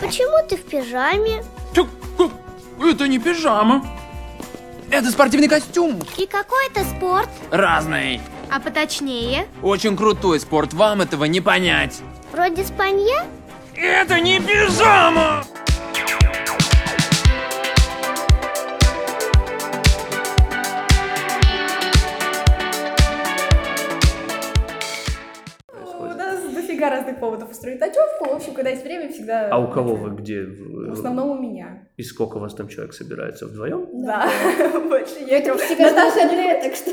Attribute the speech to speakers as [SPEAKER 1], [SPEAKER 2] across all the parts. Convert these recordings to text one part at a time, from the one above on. [SPEAKER 1] Почему ты в пижаме?
[SPEAKER 2] Чё, как? Это не пижама. Это спортивный костюм.
[SPEAKER 1] И какой это спорт?
[SPEAKER 2] Разный.
[SPEAKER 3] А поточнее?
[SPEAKER 2] Очень крутой спорт, вам этого не понять.
[SPEAKER 1] Вроде спанье?
[SPEAKER 2] Это не пижама!
[SPEAKER 4] У нас дофига разных поводов устроить ночевку. В общем, когда есть время, всегда...
[SPEAKER 5] А у кого вы где? В-
[SPEAKER 4] В основном у меня.
[SPEAKER 5] И сколько у вас там человек собирается? Вдвоем?
[SPEAKER 4] Да, больше я.
[SPEAKER 6] Это всегда
[SPEAKER 4] Наташа
[SPEAKER 6] значит
[SPEAKER 4] не...
[SPEAKER 6] две, так что...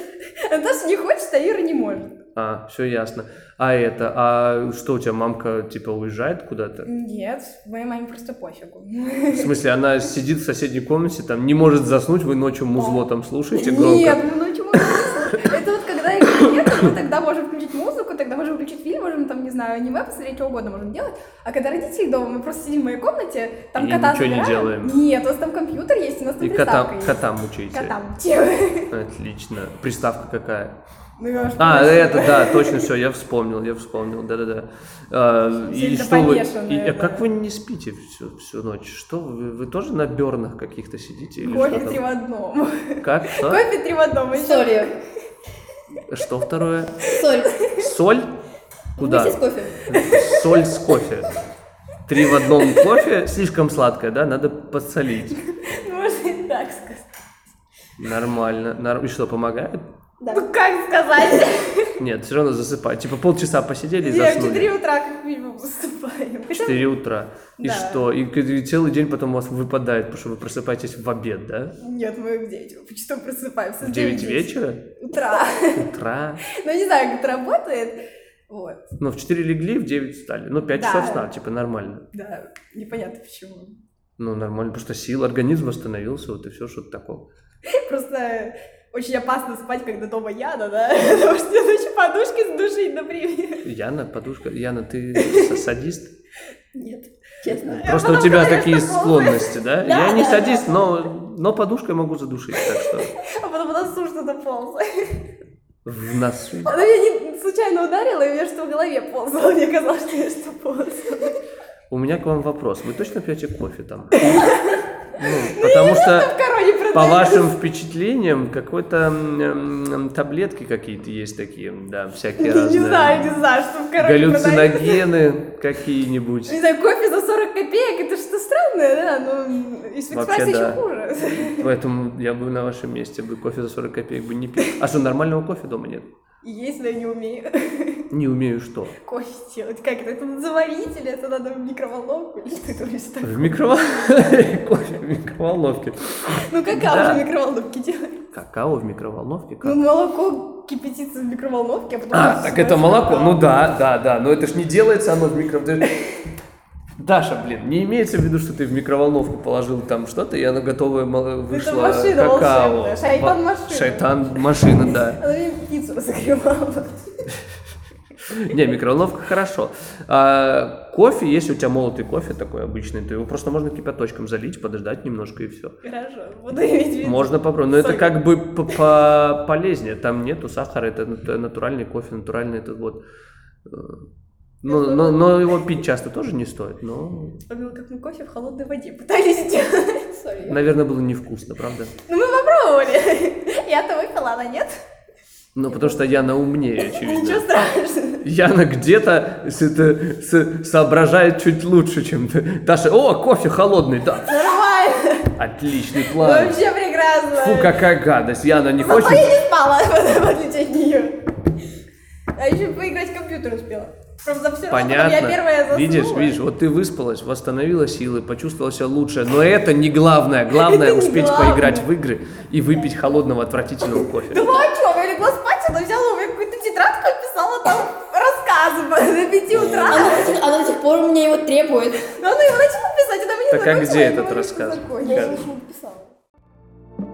[SPEAKER 4] Наташа не хочет, а Ира не может.
[SPEAKER 5] А, все ясно. А это, а что у тебя мамка типа уезжает куда-то?
[SPEAKER 4] Нет, моей маме просто пофигу.
[SPEAKER 5] В смысле, она сидит в соседней комнате, там не может заснуть, вы ночью музло там слушаете громко?
[SPEAKER 4] Нет, ну ну чего ты слушаешь? Это вот когда их нет, мы тогда можем включить музыку, тогда можем включить фильм, можем там, не знаю, аниме посмотреть, что угодно можем делать. А когда родители дома, мы просто сидим в моей комнате, там
[SPEAKER 5] И
[SPEAKER 4] кота
[SPEAKER 5] ничего не
[SPEAKER 4] забираем.
[SPEAKER 5] делаем.
[SPEAKER 4] Нет, у нас там компьютер есть, у нас там
[SPEAKER 5] И
[SPEAKER 4] приставка
[SPEAKER 5] кота,
[SPEAKER 4] есть.
[SPEAKER 5] кота мучаете?
[SPEAKER 4] Кота мучаем.
[SPEAKER 5] Отлично. Приставка какая?
[SPEAKER 4] Ну, я уж
[SPEAKER 5] А,
[SPEAKER 4] просто-
[SPEAKER 5] это, да, точно, все, я вспомнил, я вспомнил, да-да-да. А, и
[SPEAKER 4] Сильно
[SPEAKER 5] что вы,
[SPEAKER 4] помешанная,
[SPEAKER 5] и- а
[SPEAKER 4] да.
[SPEAKER 5] как вы не спите всю, всю ночь? Что вы, вы тоже на бернах каких-то сидите? Или
[SPEAKER 4] Кофе
[SPEAKER 5] что
[SPEAKER 4] три в
[SPEAKER 5] там?
[SPEAKER 4] одном.
[SPEAKER 5] Как? Что?
[SPEAKER 4] Кофе три в одном. и всё.
[SPEAKER 6] Солью.
[SPEAKER 5] Что второе?
[SPEAKER 6] Соль.
[SPEAKER 5] Соль? Куда?
[SPEAKER 6] Вместе с кофе.
[SPEAKER 5] Соль с кофе. Три в одном кофе слишком сладкое, да? Надо подсолить.
[SPEAKER 4] Можно и так сказать.
[SPEAKER 5] Нормально. Нар- И что, помогает?
[SPEAKER 4] Ну как сказать?
[SPEAKER 5] Нет, все равно засыпать. Типа полчаса посидели и
[SPEAKER 4] Я в 4
[SPEAKER 5] заснули.
[SPEAKER 4] утра как минимум засыпаю.
[SPEAKER 5] Четыре утра. И
[SPEAKER 4] Да.
[SPEAKER 5] что? И, к- и целый день потом у вас выпадает, потому что вы просыпаетесь в обед, да?
[SPEAKER 4] Нет, мы в 9 почти просыпаемся.
[SPEAKER 5] В
[SPEAKER 4] в
[SPEAKER 5] 9
[SPEAKER 4] 9
[SPEAKER 5] вечера?
[SPEAKER 4] Утра.
[SPEAKER 5] Утра.
[SPEAKER 4] Ну не знаю, как это работает. Вот,
[SPEAKER 5] Ну, в 4 легли, в 9 встали. Ну, 5
[SPEAKER 4] Да.
[SPEAKER 5] часов сна, типа нормально.
[SPEAKER 4] да, непонятно почему.
[SPEAKER 5] Ну, нормально, потому что сил, организм остановился, вот и все, что-то такое.
[SPEAKER 4] Просто очень опасно спать, когда дома Яна, да? Потому что ночью подушки сдушить, например.
[SPEAKER 5] Яна, подушка. Яна, ты с- садист?
[SPEAKER 6] Нет, честно.
[SPEAKER 5] Просто у
[SPEAKER 4] потом
[SPEAKER 5] тебя
[SPEAKER 4] говорю,
[SPEAKER 5] такие
[SPEAKER 4] что было.
[SPEAKER 5] склонности, да?
[SPEAKER 6] Да,
[SPEAKER 5] Я не
[SPEAKER 6] да,
[SPEAKER 5] садист, но, но подушкой могу задушить, так что
[SPEAKER 4] А потом у носу что-то ползало.
[SPEAKER 5] в носу.
[SPEAKER 4] Она меня не- случайно ударила, и у меня что в голове ползало. Мне казалось, что я что Ну, ползала.
[SPEAKER 5] У меня к вам вопрос. Вы точно пьете кофе там? Ну, потому что
[SPEAKER 4] Короне
[SPEAKER 5] по
[SPEAKER 4] продаю.
[SPEAKER 5] вашим впечатлениям какой-то м, м, таблетки какие-то есть такие, да, всякие
[SPEAKER 4] Не знаю,
[SPEAKER 5] разные.
[SPEAKER 4] не знаю, что в короне продаю.
[SPEAKER 5] Галлюциногены какие-нибудь.
[SPEAKER 4] Не знаю, кофе за 40 копеек, это что-то странное, да, ну, но из
[SPEAKER 5] Вообще,
[SPEAKER 4] Фикспрайса
[SPEAKER 5] да.
[SPEAKER 4] еще хуже.
[SPEAKER 5] Поэтому я бы на вашем месте бы кофе за 40 копеек бы не пил. А что, нормального кофе дома нет?
[SPEAKER 4] Есть, но я не умею
[SPEAKER 5] Не умею что?
[SPEAKER 4] кофе делать. Как это? Это надо заварить или это надо в микроволновку? Или что это вообще такое?
[SPEAKER 5] В микроволновке. Кофе в микроволновке.
[SPEAKER 4] Ну какао
[SPEAKER 5] Да.
[SPEAKER 4] же в микроволновке делать?
[SPEAKER 5] Какао в микроволновке? Как?
[SPEAKER 4] Ну молоко кипятится в микроволновке, а потом...
[SPEAKER 5] а, так это молоко. Ну да, да, да. Но это ж не делается оно в микроволновке. Даша, блин, не имеется в виду, что ты в микроволновку положил там что-то, и оно готовое мол- вышло э,
[SPEAKER 4] машина
[SPEAKER 5] какао.
[SPEAKER 4] волшебная, шайтан
[SPEAKER 5] Во-
[SPEAKER 4] машина.
[SPEAKER 5] Шайтан машина, да.
[SPEAKER 4] Она мне пиццу разогревала.
[SPEAKER 5] Не, микроволновка хорошо. А, кофе, если у тебя молотый кофе такой обычный, то его просто можно кипяточком залить, подождать немножко и все.
[SPEAKER 4] Хорошо, буду иметь в виду.
[SPEAKER 5] Можно попробовать, но это
[SPEAKER 4] Соль.
[SPEAKER 5] как бы п- по- полезнее. Там нету сахара, это нату- натуральный кофе, натуральный этот вот. э, Ну, но, но его пить часто тоже не стоит, но,
[SPEAKER 4] Вспомнила, как мы кофе в холодной воде пытались сделать.
[SPEAKER 6] Солью.
[SPEAKER 5] наверное, было невкусно, правда?
[SPEAKER 4] Ну мы попробовали. Я-то выпила, она нет.
[SPEAKER 5] Ну, потому что Яна умнее,
[SPEAKER 4] Ничего
[SPEAKER 5] очевидно.
[SPEAKER 4] страшного.
[SPEAKER 5] Яна где-то с- это- с- соображает чуть лучше, чем ты. Даша, о, кофе холодный, да.
[SPEAKER 4] Нормально.
[SPEAKER 5] Отличный план.
[SPEAKER 4] Вообще А прекрасно.
[SPEAKER 5] Фу, какая гадость. Яна не
[SPEAKER 4] Зато я
[SPEAKER 5] хочет.
[SPEAKER 4] не спала, в отличие от нее. А еще поиграть в компьютер успела. Просто все равно потом я первая
[SPEAKER 5] Понятно.
[SPEAKER 4] заснула.
[SPEAKER 5] Видишь, видишь, вот ты выспалась, восстановила силы, почувствовала себя лучше. Но это не главное. Главное
[SPEAKER 4] Это не
[SPEAKER 5] успеть
[SPEAKER 4] главное.
[SPEAKER 5] поиграть в игры и выпить холодного отвратительного кофе.
[SPEAKER 4] Думала, о чем? Ну, а Я легла спать, она взяла у меня какую-то тетрадку и писала там рассказы до 5 утра.
[SPEAKER 6] Она, до сих- она до сих пор мне его требует.
[SPEAKER 4] Но она его начала писать, она мне
[SPEAKER 5] Так а
[SPEAKER 4] закончила,
[SPEAKER 5] где
[SPEAKER 4] я
[SPEAKER 5] этот
[SPEAKER 4] не могу
[SPEAKER 5] рассказ?
[SPEAKER 4] закончить.
[SPEAKER 6] Я
[SPEAKER 5] Да.
[SPEAKER 6] его еще не писала.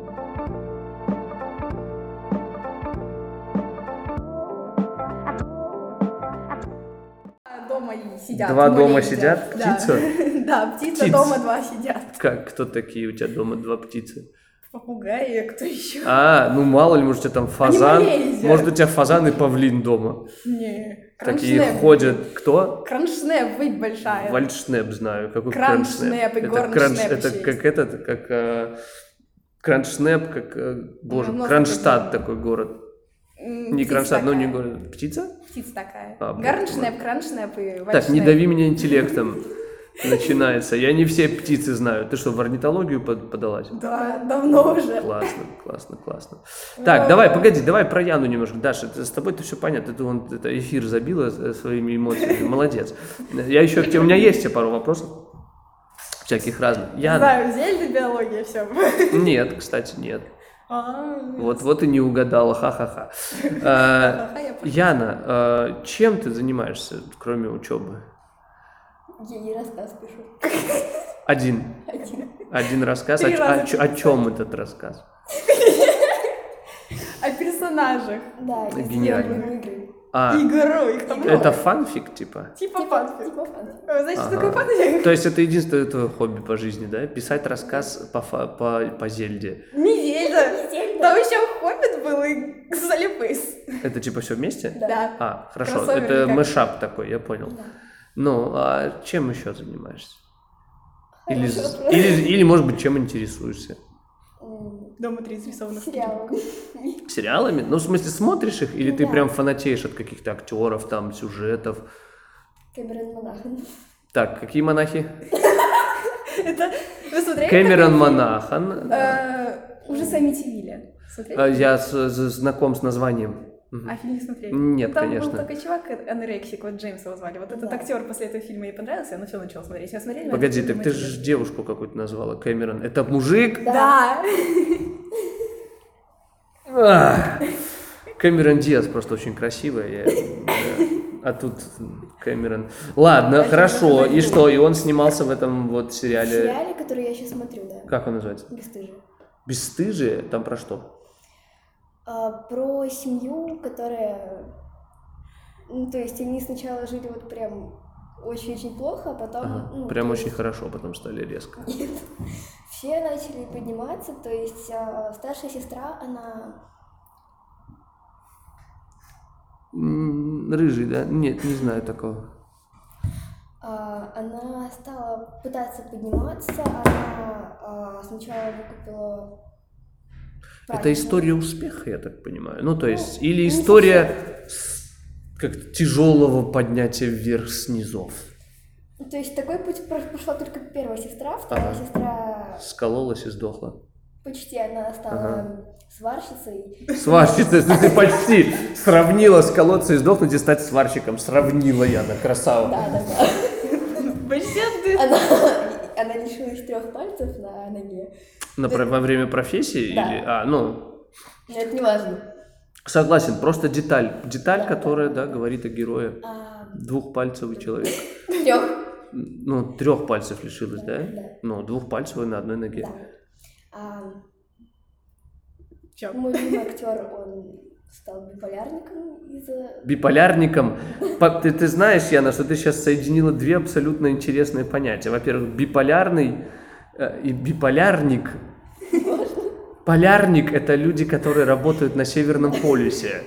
[SPEAKER 4] Дома и сидят.
[SPEAKER 5] Два
[SPEAKER 4] мои
[SPEAKER 5] дома сидят?
[SPEAKER 4] Да.
[SPEAKER 5] Птица?
[SPEAKER 4] Да, птица
[SPEAKER 5] Птиц.
[SPEAKER 4] дома два сидят.
[SPEAKER 5] Как, кто такие у тебя дома два птицы?
[SPEAKER 4] Попугай, а кто еще?
[SPEAKER 5] А, ну мало ли, может у тебя там фазан.
[SPEAKER 4] болезнь.
[SPEAKER 5] Может у тебя фазан и павлин дома.
[SPEAKER 4] Не,
[SPEAKER 5] Такие
[SPEAKER 4] Кроншнеп.
[SPEAKER 5] ходят. Кто?
[SPEAKER 4] Кроншнеп, выйдь большая.
[SPEAKER 5] Вальшнеп знаю. Какой
[SPEAKER 4] Краншнеп и
[SPEAKER 5] Это
[SPEAKER 4] горншнеп
[SPEAKER 5] кранш-
[SPEAKER 4] еще
[SPEAKER 5] Это
[SPEAKER 4] есть.
[SPEAKER 5] как этот, как... э, Кроншнеп, как... э, Боже,
[SPEAKER 4] Ну, у нас
[SPEAKER 5] Кронштадт
[SPEAKER 4] такой-
[SPEAKER 5] такой город.
[SPEAKER 4] М,
[SPEAKER 5] Не
[SPEAKER 4] птица
[SPEAKER 5] Кронштадт, но не
[SPEAKER 4] такая.
[SPEAKER 5] город. Птица?
[SPEAKER 4] Птица такая.
[SPEAKER 5] А, блин,
[SPEAKER 4] Гарншнеп, краншнеп и
[SPEAKER 5] Так, не
[SPEAKER 4] вальшнеп.
[SPEAKER 5] дави меня интеллектом. Начинается. Я не все птицы знаю. Ты что, в орнитологию под- подалась?
[SPEAKER 4] Да, давно уже.
[SPEAKER 5] Классно, классно, классно. Так, давай, погоди, давай про Яну немножко. Даша, ты- с тобой это все понятно. Ты вон это эфир забила э, своими эмоциями. Молодец. Я еще к тебе, у меня есть тебе пару вопросов. Всяких разных. Яна.
[SPEAKER 4] Знаю, зелье биология, все.
[SPEAKER 5] Нет, кстати, нет.
[SPEAKER 4] А.
[SPEAKER 5] Вот, вот и не угадала, ха-ха-ха. Э, Яна, э, чем ты занимаешься, кроме учебы?
[SPEAKER 6] Я не рассказ пишу.
[SPEAKER 5] Один.
[SPEAKER 6] Один.
[SPEAKER 5] Один рассказ. О,
[SPEAKER 4] Три раза
[SPEAKER 5] чем этот рассказ?
[SPEAKER 4] О персонажах.
[SPEAKER 6] Да, из
[SPEAKER 5] Гениально.
[SPEAKER 6] первой игры.
[SPEAKER 5] А,
[SPEAKER 4] Игру, их там
[SPEAKER 5] это
[SPEAKER 4] много.
[SPEAKER 5] фанфик, типа?
[SPEAKER 4] Типа
[SPEAKER 6] Типа,
[SPEAKER 4] фанфик.
[SPEAKER 6] типа фан.
[SPEAKER 4] Э, Знаешь, что такое
[SPEAKER 5] Ага.
[SPEAKER 4] фанфик?
[SPEAKER 5] То есть это единственное твое хобби по жизни, да? Писать рассказ по, фа- по, по Зельде.
[SPEAKER 4] Неделя.
[SPEAKER 6] Неделя.
[SPEAKER 4] Там еще Хоббит был и Залипыс.
[SPEAKER 5] Это типа все вместе?
[SPEAKER 4] Да.
[SPEAKER 5] А, хорошо.
[SPEAKER 4] Кроссовер
[SPEAKER 5] это
[SPEAKER 4] как?
[SPEAKER 5] мышап такой, я понял. Ну, а чем еще занимаешься? Или,
[SPEAKER 6] Хороший
[SPEAKER 5] з-
[SPEAKER 6] вопрос.
[SPEAKER 5] или, или, может быть, чем интересуешься?
[SPEAKER 6] М,
[SPEAKER 4] Дома три изрисованных.
[SPEAKER 6] Сериалы.
[SPEAKER 5] Сериалами? Ну, в смысле, смотришь их, или ты
[SPEAKER 6] Да.
[SPEAKER 5] прям фанатеешь от каких-то актеров, там, сюжетов?
[SPEAKER 6] Кэмерон Монахан.
[SPEAKER 5] Так, какие монахи?
[SPEAKER 4] Это вы смотрели?
[SPEAKER 5] Кэмерон
[SPEAKER 4] такой?
[SPEAKER 5] Монахан.
[SPEAKER 4] Э, Уже сами Тивили. Смотрели?
[SPEAKER 5] А, Я с- з- знаком с названием. Мгм.
[SPEAKER 4] А фильм не смотрели?
[SPEAKER 5] Нет,
[SPEAKER 4] Там
[SPEAKER 5] конечно.
[SPEAKER 4] был такой чувак, э, анорексик, вот Джеймса его звали. Вот этот
[SPEAKER 6] Да.
[SPEAKER 4] актер после этого фильма ей понравился, она все начала смотреть. Я смотрела.
[SPEAKER 5] Погоди,
[SPEAKER 4] она
[SPEAKER 5] так ты
[SPEAKER 4] думает,
[SPEAKER 5] же
[SPEAKER 4] «Блин».
[SPEAKER 5] девушку какую-то назвала, Кэмерон. Это мужик?
[SPEAKER 4] Да.
[SPEAKER 5] Ах. Кэмерон Диас просто очень красивая. я, э, А тут Кэмерон. Ладно,
[SPEAKER 4] Спасибо,
[SPEAKER 5] хорошо.
[SPEAKER 4] что
[SPEAKER 5] И
[SPEAKER 4] заметила.
[SPEAKER 5] что? И он снимался в этом вот
[SPEAKER 6] В
[SPEAKER 5] сериале.
[SPEAKER 6] сериале, который я сейчас смотрю, да.
[SPEAKER 5] Как он называется?
[SPEAKER 6] Бесстыжие.
[SPEAKER 5] Бесстыжие? Там про что?
[SPEAKER 6] а, про семью, которая... Ну, то есть они сначала жили вот прям очень-очень плохо, а потом...
[SPEAKER 5] Ага,
[SPEAKER 6] ну,
[SPEAKER 5] Прям
[SPEAKER 6] то
[SPEAKER 5] очень
[SPEAKER 6] есть
[SPEAKER 5] хорошо, потом стали резко.
[SPEAKER 6] Все начали подниматься, то есть а, старшая сестра, она...
[SPEAKER 5] М, Рыжий, да? Нет, не знаю такого.
[SPEAKER 6] а, она стала пытаться подниматься, она а, сначала выкупила...
[SPEAKER 5] Это
[SPEAKER 6] правильно.
[SPEAKER 5] история успеха, я так понимаю. Ну, то есть,
[SPEAKER 6] Ну,
[SPEAKER 5] или
[SPEAKER 6] не
[SPEAKER 5] история с- как тяжелого поднятия вверх снизов.
[SPEAKER 6] То есть такой путь про- прошла только первая сестра, вторая
[SPEAKER 5] Ага.
[SPEAKER 6] сестра
[SPEAKER 5] Скололась и сдохла.
[SPEAKER 6] почти она стала
[SPEAKER 5] Ага.
[SPEAKER 6] сварщицей.
[SPEAKER 5] Сварщица, ты ты почти сравнила с колодцем и сдохнуть и стать сварщиком. Сравнила я, на красава.
[SPEAKER 6] Да, да, да.
[SPEAKER 4] Вообще ты.
[SPEAKER 6] Она, она лишилась трех пальцев на ноге.
[SPEAKER 5] На, про- во время профессии?
[SPEAKER 6] Да.
[SPEAKER 5] Или, а, ну,
[SPEAKER 6] Но это не важно.
[SPEAKER 5] согласен, просто деталь. Деталь, которая, да, говорит о герое.
[SPEAKER 6] А,
[SPEAKER 5] Двухпальцевый человек.
[SPEAKER 6] трех.
[SPEAKER 5] Ну, трех пальцев лишилась, да?
[SPEAKER 6] Да.
[SPEAKER 5] Ну, двухпальцевый на одной ноге.
[SPEAKER 6] Да. А,
[SPEAKER 4] Чё?
[SPEAKER 6] мой любимый актер, он стал биполярником из-за...
[SPEAKER 5] Биполярником. По- Ты, ты знаешь, Яна, что ты сейчас соединила две абсолютно интересные понятия. Во-первых, биполярный э, и биполярник. Полярник – это люди, которые работают на Северном полюсе.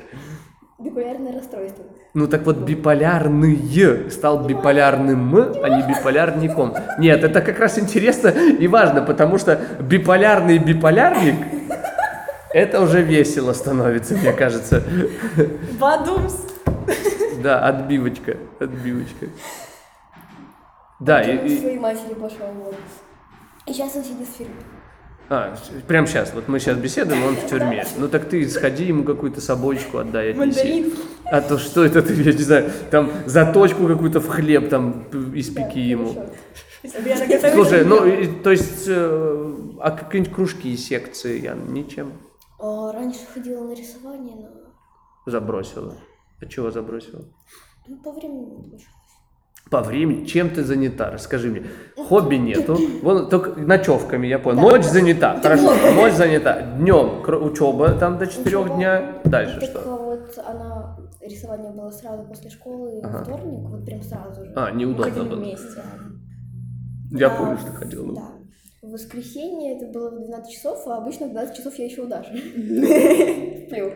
[SPEAKER 6] Биполярное расстройство.
[SPEAKER 5] Ну так вот, биполярный стал биполярным, а не биполярником. Нет, это как раз интересно и важно, потому что биполярный биполярник – это уже весело становится, мне кажется.
[SPEAKER 4] Бадумс.
[SPEAKER 5] Да, отбивочка, отбивочка. Да,
[SPEAKER 6] Он
[SPEAKER 5] и,
[SPEAKER 6] к
[SPEAKER 5] и-
[SPEAKER 6] своей матери пошел. Вот. И сейчас он сидит в тюрьме.
[SPEAKER 5] а, с- прям сейчас, вот мы сейчас беседуем, он в тюрьме. Ну так ты сходи ему какую-то собачку отдай, отнеси.
[SPEAKER 4] Мандарин.
[SPEAKER 5] А то что это ты, я не знаю, там заточку какую-то в хлеб там п- испеки
[SPEAKER 6] Да,
[SPEAKER 5] ему.
[SPEAKER 6] хорошо.
[SPEAKER 4] Если бы я наготовила-
[SPEAKER 5] Слушай, ну и- то есть, э, а какие-нибудь кружки и секции, я ничем
[SPEAKER 6] А, раньше ходила на рисование, но
[SPEAKER 5] забросила? А чего забросила?
[SPEAKER 6] ну, по времени не получилось.
[SPEAKER 5] По времени, чем ты занята? Расскажи мне. Хобби нету. Вон только ночевками, я понял.
[SPEAKER 6] Да.
[SPEAKER 5] Ночь занята. Хорошо, ночь занята. Днем кр- учеба там до четырех
[SPEAKER 6] Ничего.
[SPEAKER 5] дня. Дальше
[SPEAKER 6] так
[SPEAKER 5] что?
[SPEAKER 6] а, вот она, рисование было сразу после школы,
[SPEAKER 5] Ага.
[SPEAKER 6] во вторник, вот прям сразу же.
[SPEAKER 5] А,
[SPEAKER 6] Мы
[SPEAKER 5] неудобно
[SPEAKER 6] ходили
[SPEAKER 5] было.
[SPEAKER 6] вместе.
[SPEAKER 5] Я
[SPEAKER 6] А,
[SPEAKER 5] помню, что ходил. ну.
[SPEAKER 6] Да. В воскресенье это было в 12 часов, а обычно в 12 часов я еще у Даши. Сплю.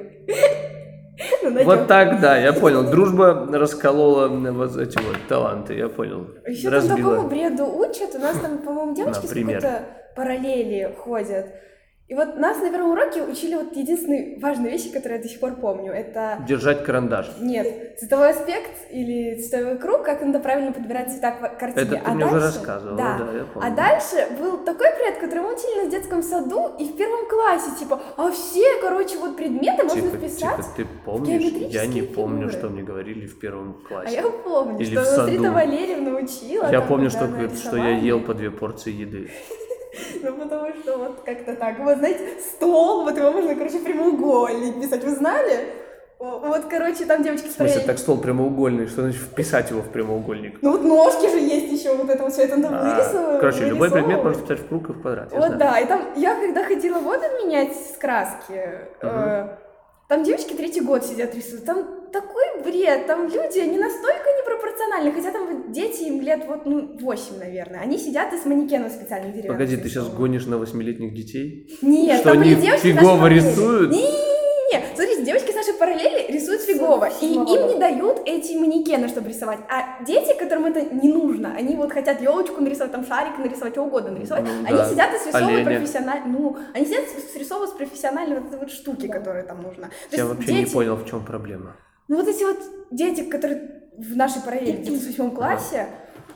[SPEAKER 4] Ну, найдём.
[SPEAKER 5] Вот так, да, я понял. Дружба расколола м, вот эти вот таланты, я понял.
[SPEAKER 4] Еще там такому
[SPEAKER 5] Разбила.
[SPEAKER 4] бреду учат. У нас там, по-моему, девочки с
[SPEAKER 5] Например.
[SPEAKER 4] какой-то параллели ходят. И вот нас на первом уроке учили вот единственной важной вещи, которую я до сих пор помню. Это
[SPEAKER 5] Держать карандаш.
[SPEAKER 4] нет, цветовой аспект или цветовой круг, как надо правильно подбирать цвета к картине.
[SPEAKER 5] Это ты
[SPEAKER 4] а
[SPEAKER 5] мне уже
[SPEAKER 4] дальше-
[SPEAKER 5] рассказывала, да, я помню.
[SPEAKER 4] А дальше был такой предмет, который мы учили нас в детском саду и в первом классе, типа, а все, короче, вот предметы можно
[SPEAKER 5] Тихо,
[SPEAKER 4] вписать.
[SPEAKER 5] тихо, Типа, ты помнишь? Я не
[SPEAKER 4] геометрические
[SPEAKER 5] помню,
[SPEAKER 4] фигуры.
[SPEAKER 5] что мне говорили в первом
[SPEAKER 4] А
[SPEAKER 5] классе.
[SPEAKER 4] я помню,
[SPEAKER 5] Или в
[SPEAKER 4] что Рита
[SPEAKER 5] саду.
[SPEAKER 4] Валерьевна учила.
[SPEAKER 5] Я
[SPEAKER 4] там,
[SPEAKER 5] помню,
[SPEAKER 4] когда
[SPEAKER 5] что,
[SPEAKER 4] она
[SPEAKER 5] что я
[SPEAKER 4] рисовала.
[SPEAKER 5] ел по две порции еды.
[SPEAKER 4] Ну, потому что вот как-то так. Вот, знаете, стол, вот его можно, короче, прямоугольник писать. Вы знали? О, Вот, короче, там девочки
[SPEAKER 5] В смысле,
[SPEAKER 4] справились.
[SPEAKER 5] так стол прямоугольный, что значит вписать его в прямоугольник?
[SPEAKER 4] Ну, вот ножки же есть еще, вот это вот все, это надо
[SPEAKER 5] А,
[SPEAKER 4] вырисовывать.
[SPEAKER 5] короче, любой предмет
[SPEAKER 4] вырисовывать.
[SPEAKER 5] можно вписать в круг и в квадрат. я
[SPEAKER 4] Вот,
[SPEAKER 5] знаю.
[SPEAKER 4] да, и там, я когда ходила воду менять с краски, э, там девочки третий год сидят рисуют, там такой бред, там люди, они настолько непропорциональны, хотя там вот дети, им лет вот, ну, 8, наверное, они сидят и с манекеном специально деревянных
[SPEAKER 5] Погоди, ты сейчас
[SPEAKER 4] рисовывают.
[SPEAKER 5] гонишь на восьмилетних детей?
[SPEAKER 4] Нет,
[SPEAKER 5] Что,
[SPEAKER 4] там были
[SPEAKER 5] они
[SPEAKER 4] девочки
[SPEAKER 5] фигово
[SPEAKER 4] наши параллели.
[SPEAKER 5] рисуют?
[SPEAKER 4] Не-не-не, смотрите, девочки с нашей параллели рисуют фигово, и им
[SPEAKER 6] Седьмого
[SPEAKER 4] не дают эти манекены, чтобы рисовать. А дети, которым это не нужно, они вот хотят елочку нарисовать, там шарик нарисовать, что угодно нарисовать,
[SPEAKER 5] Ну
[SPEAKER 4] они
[SPEAKER 5] да,
[SPEAKER 4] сидят и срисовывают
[SPEAKER 5] оленя.
[SPEAKER 4] профессионально, ну, они сидят и срисовывают с профессиональной вот этой вот штуки, которая там нужна. То
[SPEAKER 5] Я
[SPEAKER 4] есть
[SPEAKER 5] вообще
[SPEAKER 4] дети,
[SPEAKER 5] не понял, в чем проблема.
[SPEAKER 4] Ну вот эти вот дети, которые в нашей параллели, где-то в восьмом классе,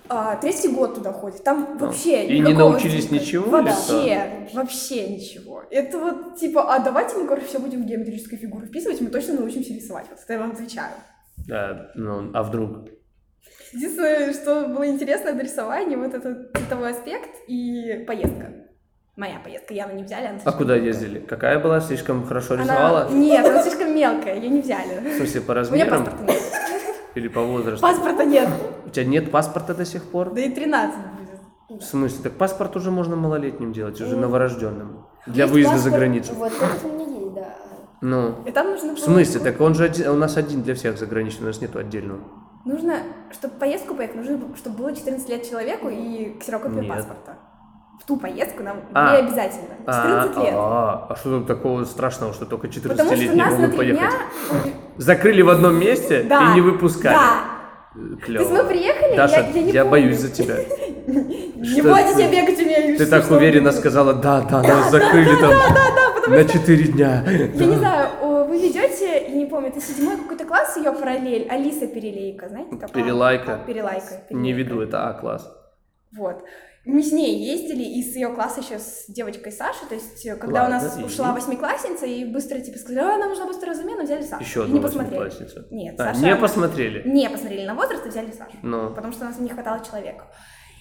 [SPEAKER 4] а, третий год туда ходит. Там
[SPEAKER 5] Да.
[SPEAKER 4] вообще
[SPEAKER 5] И не
[SPEAKER 4] никакого
[SPEAKER 5] научились
[SPEAKER 4] звука.
[SPEAKER 5] ничего или что?
[SPEAKER 4] Вообще, вообще ничего. Это вот типа, а давайте мы, короче, все будем в геометрическую фигуру вписывать, мы точно научимся рисовать. Вот это я вам отвечаю.
[SPEAKER 5] Да, ну, а вдруг?
[SPEAKER 4] Единственное, что было интересно, это рисование, вот этот цветовой аспект и поездка. Моя поездка, я не взяли, она
[SPEAKER 5] А
[SPEAKER 4] слишком
[SPEAKER 5] куда
[SPEAKER 4] мелкая.
[SPEAKER 5] ездили? Какая была? Слишком хорошо
[SPEAKER 4] Она-
[SPEAKER 5] рисовала?
[SPEAKER 4] Нет, она слишком мелкая, ее не взяли.
[SPEAKER 5] В смысле, по
[SPEAKER 4] У меня
[SPEAKER 5] размерам?
[SPEAKER 4] паспорта нет.
[SPEAKER 5] Или по возрасту?
[SPEAKER 4] Паспорта нет.
[SPEAKER 5] У тебя нет паспорта до сих пор?
[SPEAKER 4] Да и 13 будет.
[SPEAKER 5] В смысле? Так паспорт уже можно малолетним делать, уже
[SPEAKER 6] Ну.
[SPEAKER 5] новорожденным. Для
[SPEAKER 6] Есть
[SPEAKER 5] выезда за
[SPEAKER 6] паспорт-
[SPEAKER 5] границу.
[SPEAKER 6] Вот этот у меня есть, да.
[SPEAKER 5] Ну,
[SPEAKER 4] И там нужно
[SPEAKER 5] в
[SPEAKER 4] было-
[SPEAKER 5] смысле? Так он же один- у нас один для всех заграничный, у нас нету отдельного.
[SPEAKER 4] Нужно, чтобы поездку поехать, нужно, чтобы было 14 лет человеку и ксерокопия
[SPEAKER 5] Нет.
[SPEAKER 4] паспорта. В ту поездку нам
[SPEAKER 5] А.
[SPEAKER 4] не обязательно. 14
[SPEAKER 5] а,
[SPEAKER 4] лет.
[SPEAKER 5] А, а что там такого страшного, что только
[SPEAKER 4] Потому что
[SPEAKER 5] 14-летние
[SPEAKER 4] нас на
[SPEAKER 5] могут
[SPEAKER 4] три дня...
[SPEAKER 5] поехать? Закрыли в одном месте
[SPEAKER 4] Да.
[SPEAKER 5] и не выпускали.
[SPEAKER 4] Да. То
[SPEAKER 5] Клево.
[SPEAKER 4] есть мы приехали,
[SPEAKER 5] Даша,
[SPEAKER 4] я, я не помню.
[SPEAKER 5] боюсь за тебя.
[SPEAKER 4] Не
[SPEAKER 5] Что
[SPEAKER 4] бойтесь,
[SPEAKER 5] ты-
[SPEAKER 4] я бегать умею.
[SPEAKER 5] Ты
[SPEAKER 4] что-
[SPEAKER 5] так
[SPEAKER 4] что
[SPEAKER 5] уверенно
[SPEAKER 4] вы-
[SPEAKER 5] сказала, да, да, нас закрыли там на 4 дня.
[SPEAKER 4] Я не знаю, о, вы ведете, я не помню, это седьмой какой-то класс, ее параллель, Алиса Перелейка, знаете? такая?
[SPEAKER 5] Перелайка.
[SPEAKER 4] А, Перелайка.
[SPEAKER 5] Не
[SPEAKER 4] Перелейка.
[SPEAKER 5] веду, это А А-класс.
[SPEAKER 4] Вот. Мы с ней ездили, и с ее класса еще с девочкой Сашей, то есть, э, когда
[SPEAKER 5] Ладно,
[SPEAKER 4] у нас
[SPEAKER 5] и?
[SPEAKER 4] ушла восьмиклассница, и быстро типа сказали, а, нам нужна быстрая замена, взяли Сашу. И
[SPEAKER 5] Еще
[SPEAKER 4] не
[SPEAKER 5] одна
[SPEAKER 4] посмотрели.
[SPEAKER 5] восьмиклассница.
[SPEAKER 4] Нет,
[SPEAKER 5] А,
[SPEAKER 4] Саша-
[SPEAKER 5] Не посмотрели.
[SPEAKER 4] Не посмотрели на возраст и взяли Сашу.
[SPEAKER 5] Ну,
[SPEAKER 4] Потому что у нас не хватало человека.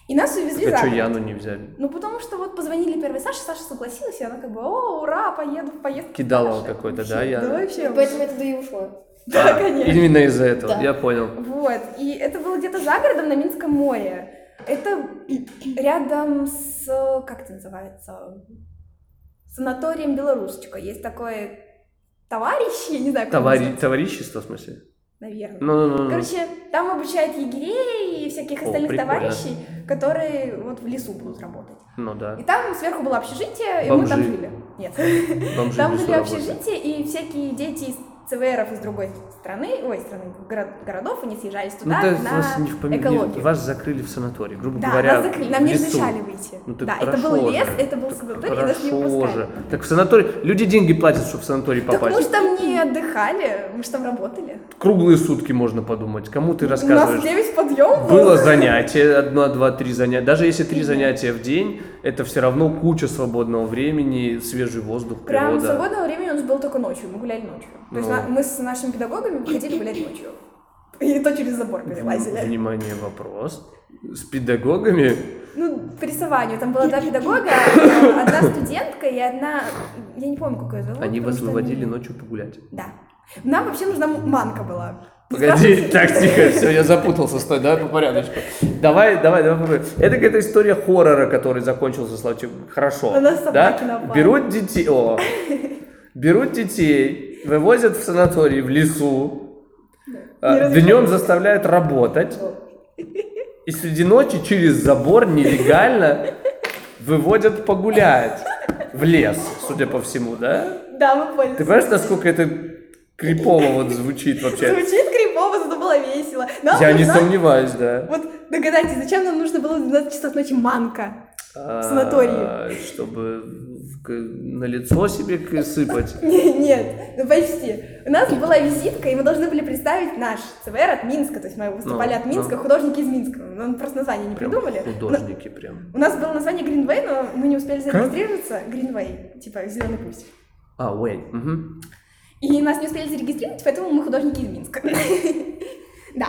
[SPEAKER 4] И нас увезли
[SPEAKER 5] а
[SPEAKER 4] за
[SPEAKER 5] что
[SPEAKER 4] город.
[SPEAKER 5] Яну не взяли?
[SPEAKER 4] Ну, потому что вот позвонили первой Саше, Саша согласилась, и она как бы, о, ура, поеду в поездку.
[SPEAKER 5] Кидала
[SPEAKER 4] Саши».
[SPEAKER 5] какой-то, да,
[SPEAKER 4] Вообще,
[SPEAKER 5] Яна?
[SPEAKER 4] Да, вообще.
[SPEAKER 6] Поэтому я туда и ушла.
[SPEAKER 4] Да,
[SPEAKER 5] А,
[SPEAKER 4] конечно.
[SPEAKER 5] Именно из-за этого,
[SPEAKER 6] Да.
[SPEAKER 5] я понял.
[SPEAKER 4] Вот, и это было где-то за городом на Минском море. Это рядом с, как это называется, санаторием Белорусочка. Есть такой товарищ, я не знаю, как он
[SPEAKER 5] Товари-
[SPEAKER 4] называется,
[SPEAKER 5] Товарищество, в смысле?
[SPEAKER 4] наверное.
[SPEAKER 5] Ну, ну, ну, ну.
[SPEAKER 4] Короче, там обучают егерей и всяких
[SPEAKER 5] О,
[SPEAKER 4] остальных
[SPEAKER 5] прикольно.
[SPEAKER 4] товарищей, которые вот в лесу будут работать.
[SPEAKER 5] Ну да.
[SPEAKER 4] И там сверху было общежитие, и мы
[SPEAKER 5] Бомжи.
[SPEAKER 4] там жили. Нет.
[SPEAKER 5] Бомжи в
[SPEAKER 4] Там
[SPEAKER 5] лесу
[SPEAKER 4] были
[SPEAKER 5] работают.
[SPEAKER 4] общежития, и всякие дети из ЦВРов из другой страны, ой, страны, город- городов, они съезжались
[SPEAKER 5] Ну,
[SPEAKER 4] туда
[SPEAKER 5] да,
[SPEAKER 4] на
[SPEAKER 5] вас не в пом- не-
[SPEAKER 4] экологию.
[SPEAKER 5] Вас закрыли в санатории, грубо
[SPEAKER 4] Да,
[SPEAKER 5] говоря,
[SPEAKER 4] нас закрыли, нам
[SPEAKER 5] в
[SPEAKER 4] не
[SPEAKER 5] лесу.
[SPEAKER 4] разрешали выйти.
[SPEAKER 5] Ну, так
[SPEAKER 4] да, это
[SPEAKER 5] хорошо
[SPEAKER 4] был лес,
[SPEAKER 5] же.
[SPEAKER 4] это был санаторий, и нас не
[SPEAKER 5] Хорошо
[SPEAKER 4] выпускали.
[SPEAKER 5] же. Так в санаторий... Люди деньги платят, чтобы в санаторий
[SPEAKER 4] Так мы
[SPEAKER 5] попасть.
[SPEAKER 4] же там не отдыхали, мы же там работали.
[SPEAKER 5] Круглые сутки можно подумать. Кому ты
[SPEAKER 4] У нас
[SPEAKER 5] рассказываешь?
[SPEAKER 4] 9 подъем
[SPEAKER 5] Было занятие, одно, два, три занятия. Даже если три занятия в день, это все равно куча свободного времени, свежий воздух,
[SPEAKER 4] Прям
[SPEAKER 5] природа.
[SPEAKER 4] свободного времени у нас было только ночью, мы гуляли ночью. То есть
[SPEAKER 5] Ну.
[SPEAKER 4] на- мы с нашими педагогами выходили гулять ночью. И то через забор
[SPEAKER 5] В-
[SPEAKER 4] перелазили.
[SPEAKER 5] Внимание, вопрос. С педагогами?
[SPEAKER 4] Ну, по рисованию. Там было два педагога, э, одна студентка и одна... Я не помню, как ее зовут.
[SPEAKER 5] Они
[SPEAKER 4] потому
[SPEAKER 5] вас
[SPEAKER 4] что
[SPEAKER 5] выводили
[SPEAKER 4] они-
[SPEAKER 5] ночью погулять.
[SPEAKER 4] Да. Нам вообще нужна м- манка была.
[SPEAKER 5] Погоди, так, тихо, все, я запутался, стой, давай по порядочку. Давай, давай, давай по порядочку. Это какая-то история хоррора, который закончился, Славчик, хорошо.
[SPEAKER 4] На нас собаки
[SPEAKER 5] да?
[SPEAKER 4] напали.
[SPEAKER 5] Берут детей, о, берут детей, вывозят в санаторий в лесу,
[SPEAKER 4] Не разрешают.
[SPEAKER 5] днем заставляют работать, и среди ночи через забор нелегально выводят погулять в лес, судя по всему, да? типа-
[SPEAKER 4] Да, мы поняли.
[SPEAKER 5] Ты понимаешь, насколько это Крипово вот звучит вообще.
[SPEAKER 4] Звучит крипово, зато было весело. Нам
[SPEAKER 5] Я не
[SPEAKER 4] нужна-
[SPEAKER 5] сомневаюсь, да.
[SPEAKER 4] Вот догадайтесь, зачем нам нужно было в 12 часов ночи манка?
[SPEAKER 5] В
[SPEAKER 4] санатории.
[SPEAKER 5] А, Чтобы в- к- на лицо себе к- сыпать.
[SPEAKER 4] Не- Нет, ну почти. У нас была визитка, и мы должны были представить наш ЦВР от Минска. То есть мы выступали
[SPEAKER 5] Ну,
[SPEAKER 4] от Минска,
[SPEAKER 5] ну.
[SPEAKER 4] художники из Минска. Нам просто название не
[SPEAKER 5] Прям
[SPEAKER 4] придумали. Но-
[SPEAKER 5] Художники прям.
[SPEAKER 4] У нас было название Гринвей, но мы не успели зарегистрироваться. Гринвей, типа зеленый путь.
[SPEAKER 5] А, Уэйн. мгм.
[SPEAKER 4] И нас не успели зарегистрировать, поэтому мы художники из Минска. Да,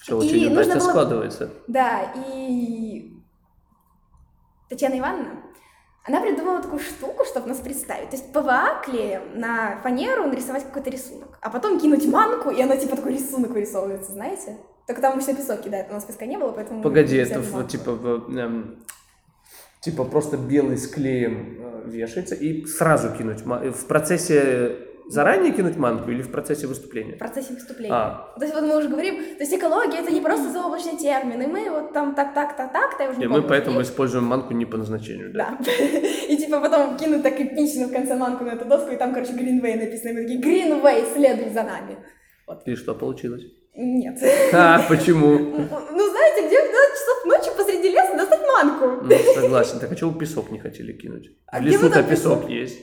[SPEAKER 5] Все
[SPEAKER 4] И
[SPEAKER 5] очень
[SPEAKER 4] нужно
[SPEAKER 5] удачно
[SPEAKER 4] было-
[SPEAKER 5] складывается.
[SPEAKER 4] да, и Татьяна Ивановна, она придумала такую штуку, чтобы нас представить. То есть ПВА клеем на фанеру нарисовать какой-то рисунок, а потом кинуть манку, и она типа такой рисунок вырисовывается, знаете? Только там обычно песок кидает, у нас песка не было, поэтому... мы
[SPEAKER 5] Погоди,
[SPEAKER 4] взяли
[SPEAKER 5] это в-
[SPEAKER 4] манку.
[SPEAKER 5] типа в- эм, типа просто белый с клеем э, вешается и сразу кинуть ма- э, в процессе заранее кинуть манку или в процессе
[SPEAKER 4] в
[SPEAKER 5] выступления?
[SPEAKER 4] процессе выступления.
[SPEAKER 5] А.
[SPEAKER 4] То есть вот мы уже говорим, то есть экология это не просто заоблачный термин, и мы вот там так, так, так, так, я уже не
[SPEAKER 5] И мы
[SPEAKER 4] помню.
[SPEAKER 5] поэтому используем манку не по назначению, да?
[SPEAKER 4] Да. И типа потом кинут так эпично в конце манку на эту доску, и там, короче, Гринвей написано, и мы такие, Гринвей, следуй за нами.
[SPEAKER 5] И что получилось?
[SPEAKER 4] Нет.
[SPEAKER 5] А, почему?
[SPEAKER 4] Ну, знаете, где в 12 часов ночи посреди леса достать манку?
[SPEAKER 5] Ну, согласен. Так а чего вы песок не хотели кинуть?
[SPEAKER 4] А
[SPEAKER 5] В
[SPEAKER 4] где вы
[SPEAKER 5] лесу-то
[SPEAKER 4] там
[SPEAKER 5] песок есть.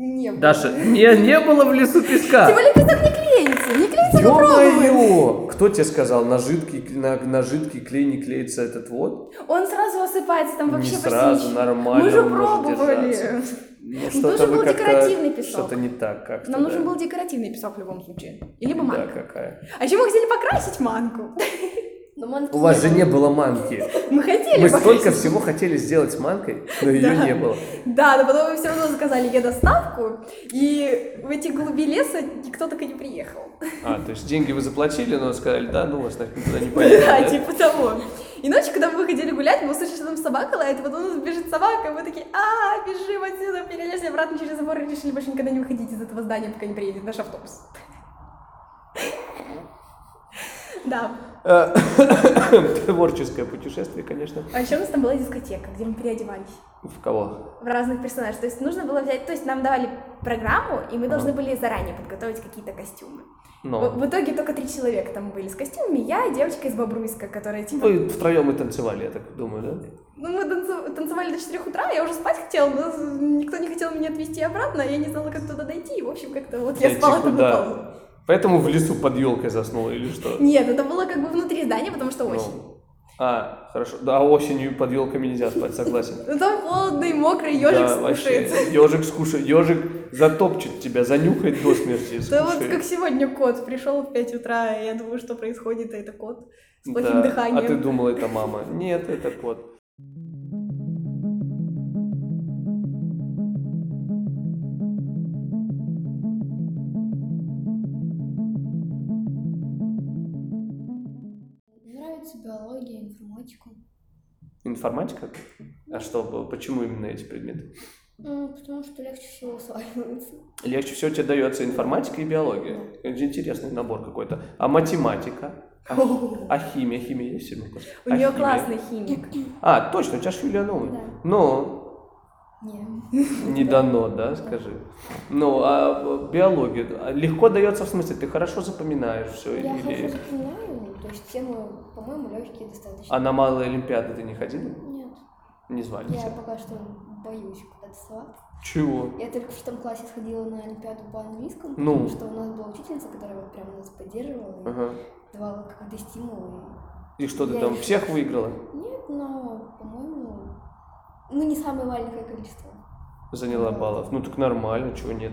[SPEAKER 4] Не было.
[SPEAKER 5] Даша, не, не было в лесу
[SPEAKER 4] Тем
[SPEAKER 5] песка.
[SPEAKER 4] более песок не клеится, не клеится, попробуй.
[SPEAKER 5] Ё-моё! Кто тебе сказал, на жидкий, на, на жидкий клей не клеится этот вот?
[SPEAKER 4] Он сразу осыпается, там
[SPEAKER 5] Не
[SPEAKER 4] вообще почти
[SPEAKER 5] сразу,
[SPEAKER 4] ничего.
[SPEAKER 5] нормально
[SPEAKER 4] Мы же
[SPEAKER 5] он может
[SPEAKER 4] пробовали.
[SPEAKER 5] держаться. Ну,
[SPEAKER 4] нужен
[SPEAKER 5] вы
[SPEAKER 4] был
[SPEAKER 5] как-то-
[SPEAKER 4] декоративный песок.
[SPEAKER 5] Что-то не так как-то.
[SPEAKER 4] Нам нужен
[SPEAKER 5] да.
[SPEAKER 4] был декоративный песок в любом случае. И либо
[SPEAKER 5] Да,
[SPEAKER 4] манка.
[SPEAKER 5] какая.
[SPEAKER 4] А еще мы хотели покрасить манку.
[SPEAKER 6] Но манки
[SPEAKER 5] У вас же
[SPEAKER 6] было.
[SPEAKER 5] не было манки.
[SPEAKER 4] Мы хотели
[SPEAKER 5] Мы
[SPEAKER 4] покрасить.
[SPEAKER 5] столько всего хотели сделать с манкой, но ее
[SPEAKER 4] Да.
[SPEAKER 5] не было.
[SPEAKER 4] Да, но потом мы все равно заказали ей доставку, и в эти глуби леса никто так и не приехал.
[SPEAKER 5] А, то есть деньги вы заплатили, но сказали, да, ну вас нафиг никуда не поедет.
[SPEAKER 4] Да, типа того. И ночью, когда мы выходили гулять, мы услышали, что там собака лает, и потом у нас бежит собака, и мы такие, а бежим отсюда, перелезли обратно через забор и решили больше никогда не выходить из этого здания, пока не приедет наш автобус. Да. типа.
[SPEAKER 5] Творческое путешествие, конечно.
[SPEAKER 4] А еще у нас там была дискотека, где мы переодевались.
[SPEAKER 5] В кого?
[SPEAKER 4] в разных персонажей. То есть нужно было взять, то есть нам давали программу, и мы должны были заранее подготовить какие-то костюмы.
[SPEAKER 5] Но.
[SPEAKER 4] В, в итоге только три человека там были с костюмами. Я и девочка из Бобруйска, которая типа...
[SPEAKER 5] Вы втроем и танцевали, я так думаю, да?
[SPEAKER 4] Ну, мы танцу- танцевали до 4 утра, я уже спать хотела, но никто не хотел меня отвезти обратно, я не знала, как туда дойти, и, в общем, как-то вот я
[SPEAKER 5] Дойти
[SPEAKER 4] спала там
[SPEAKER 5] куда?
[SPEAKER 4] на полу.
[SPEAKER 5] Поэтому в лесу под елкой заснула или что?
[SPEAKER 4] Нет, это было как бы внутри здания, потому что
[SPEAKER 5] Ну.
[SPEAKER 4] осень.
[SPEAKER 5] А, хорошо. Да, осенью под елками нельзя спать, согласен.
[SPEAKER 4] Ну, там холодно и мокро, и ежик
[SPEAKER 5] Да,
[SPEAKER 4] скушает.
[SPEAKER 5] вообще. Ежик скушает. Ежик затопчет тебя, занюхает до смерти. и
[SPEAKER 4] Да вот
[SPEAKER 5] скушает.
[SPEAKER 4] как сегодня кот пришел в 5 утра, и я думаю, что происходит, а это кот с плохим
[SPEAKER 5] Да,
[SPEAKER 4] дыханием.
[SPEAKER 5] А ты думала, это мама. Нет, это кот.
[SPEAKER 6] Мне нравится биология, информатика.
[SPEAKER 5] Информатика? А что, б- почему именно эти предметы?
[SPEAKER 6] М, Потому что легче всего усваивается.
[SPEAKER 5] Легче всего тебе дается информатика и биология. Это интересный набор какой-то. А математика? А, а химия? Химия есть сегодня?
[SPEAKER 4] У
[SPEAKER 5] А
[SPEAKER 4] нее
[SPEAKER 5] химия?
[SPEAKER 4] классный химик.
[SPEAKER 5] А, точно, у тебя же филия новая.
[SPEAKER 6] Да.
[SPEAKER 5] Ну,
[SPEAKER 6] Не.
[SPEAKER 5] не дано, да, скажи. Ну, а биология а легко дается в смысле, ты хорошо запоминаешь все?
[SPEAKER 6] Я
[SPEAKER 5] или...
[SPEAKER 6] хорошо запоминаю, то есть темы, по-моему, легкие достаточно.
[SPEAKER 5] А на малые олимпиады ты не ходила?
[SPEAKER 6] Нет,
[SPEAKER 5] Не звали
[SPEAKER 6] я
[SPEAKER 5] тебя?
[SPEAKER 6] пока что боюсь куда-то соваться.
[SPEAKER 5] Чего?
[SPEAKER 6] Я только в шестом классе сходила на Олимпиаду по английскому,
[SPEAKER 5] Ну.
[SPEAKER 6] потому что у нас была учительница, которая вот прям нас поддерживала и
[SPEAKER 5] Ага.
[SPEAKER 6] давала какой-то стимул.
[SPEAKER 5] И что ты
[SPEAKER 6] Я
[SPEAKER 5] там
[SPEAKER 6] не-
[SPEAKER 5] всех выиграла?
[SPEAKER 6] И... Нет, но, по-моему, ну не самое маленькое количество.
[SPEAKER 5] Заняла баллов. Ну так нормально, чего нет.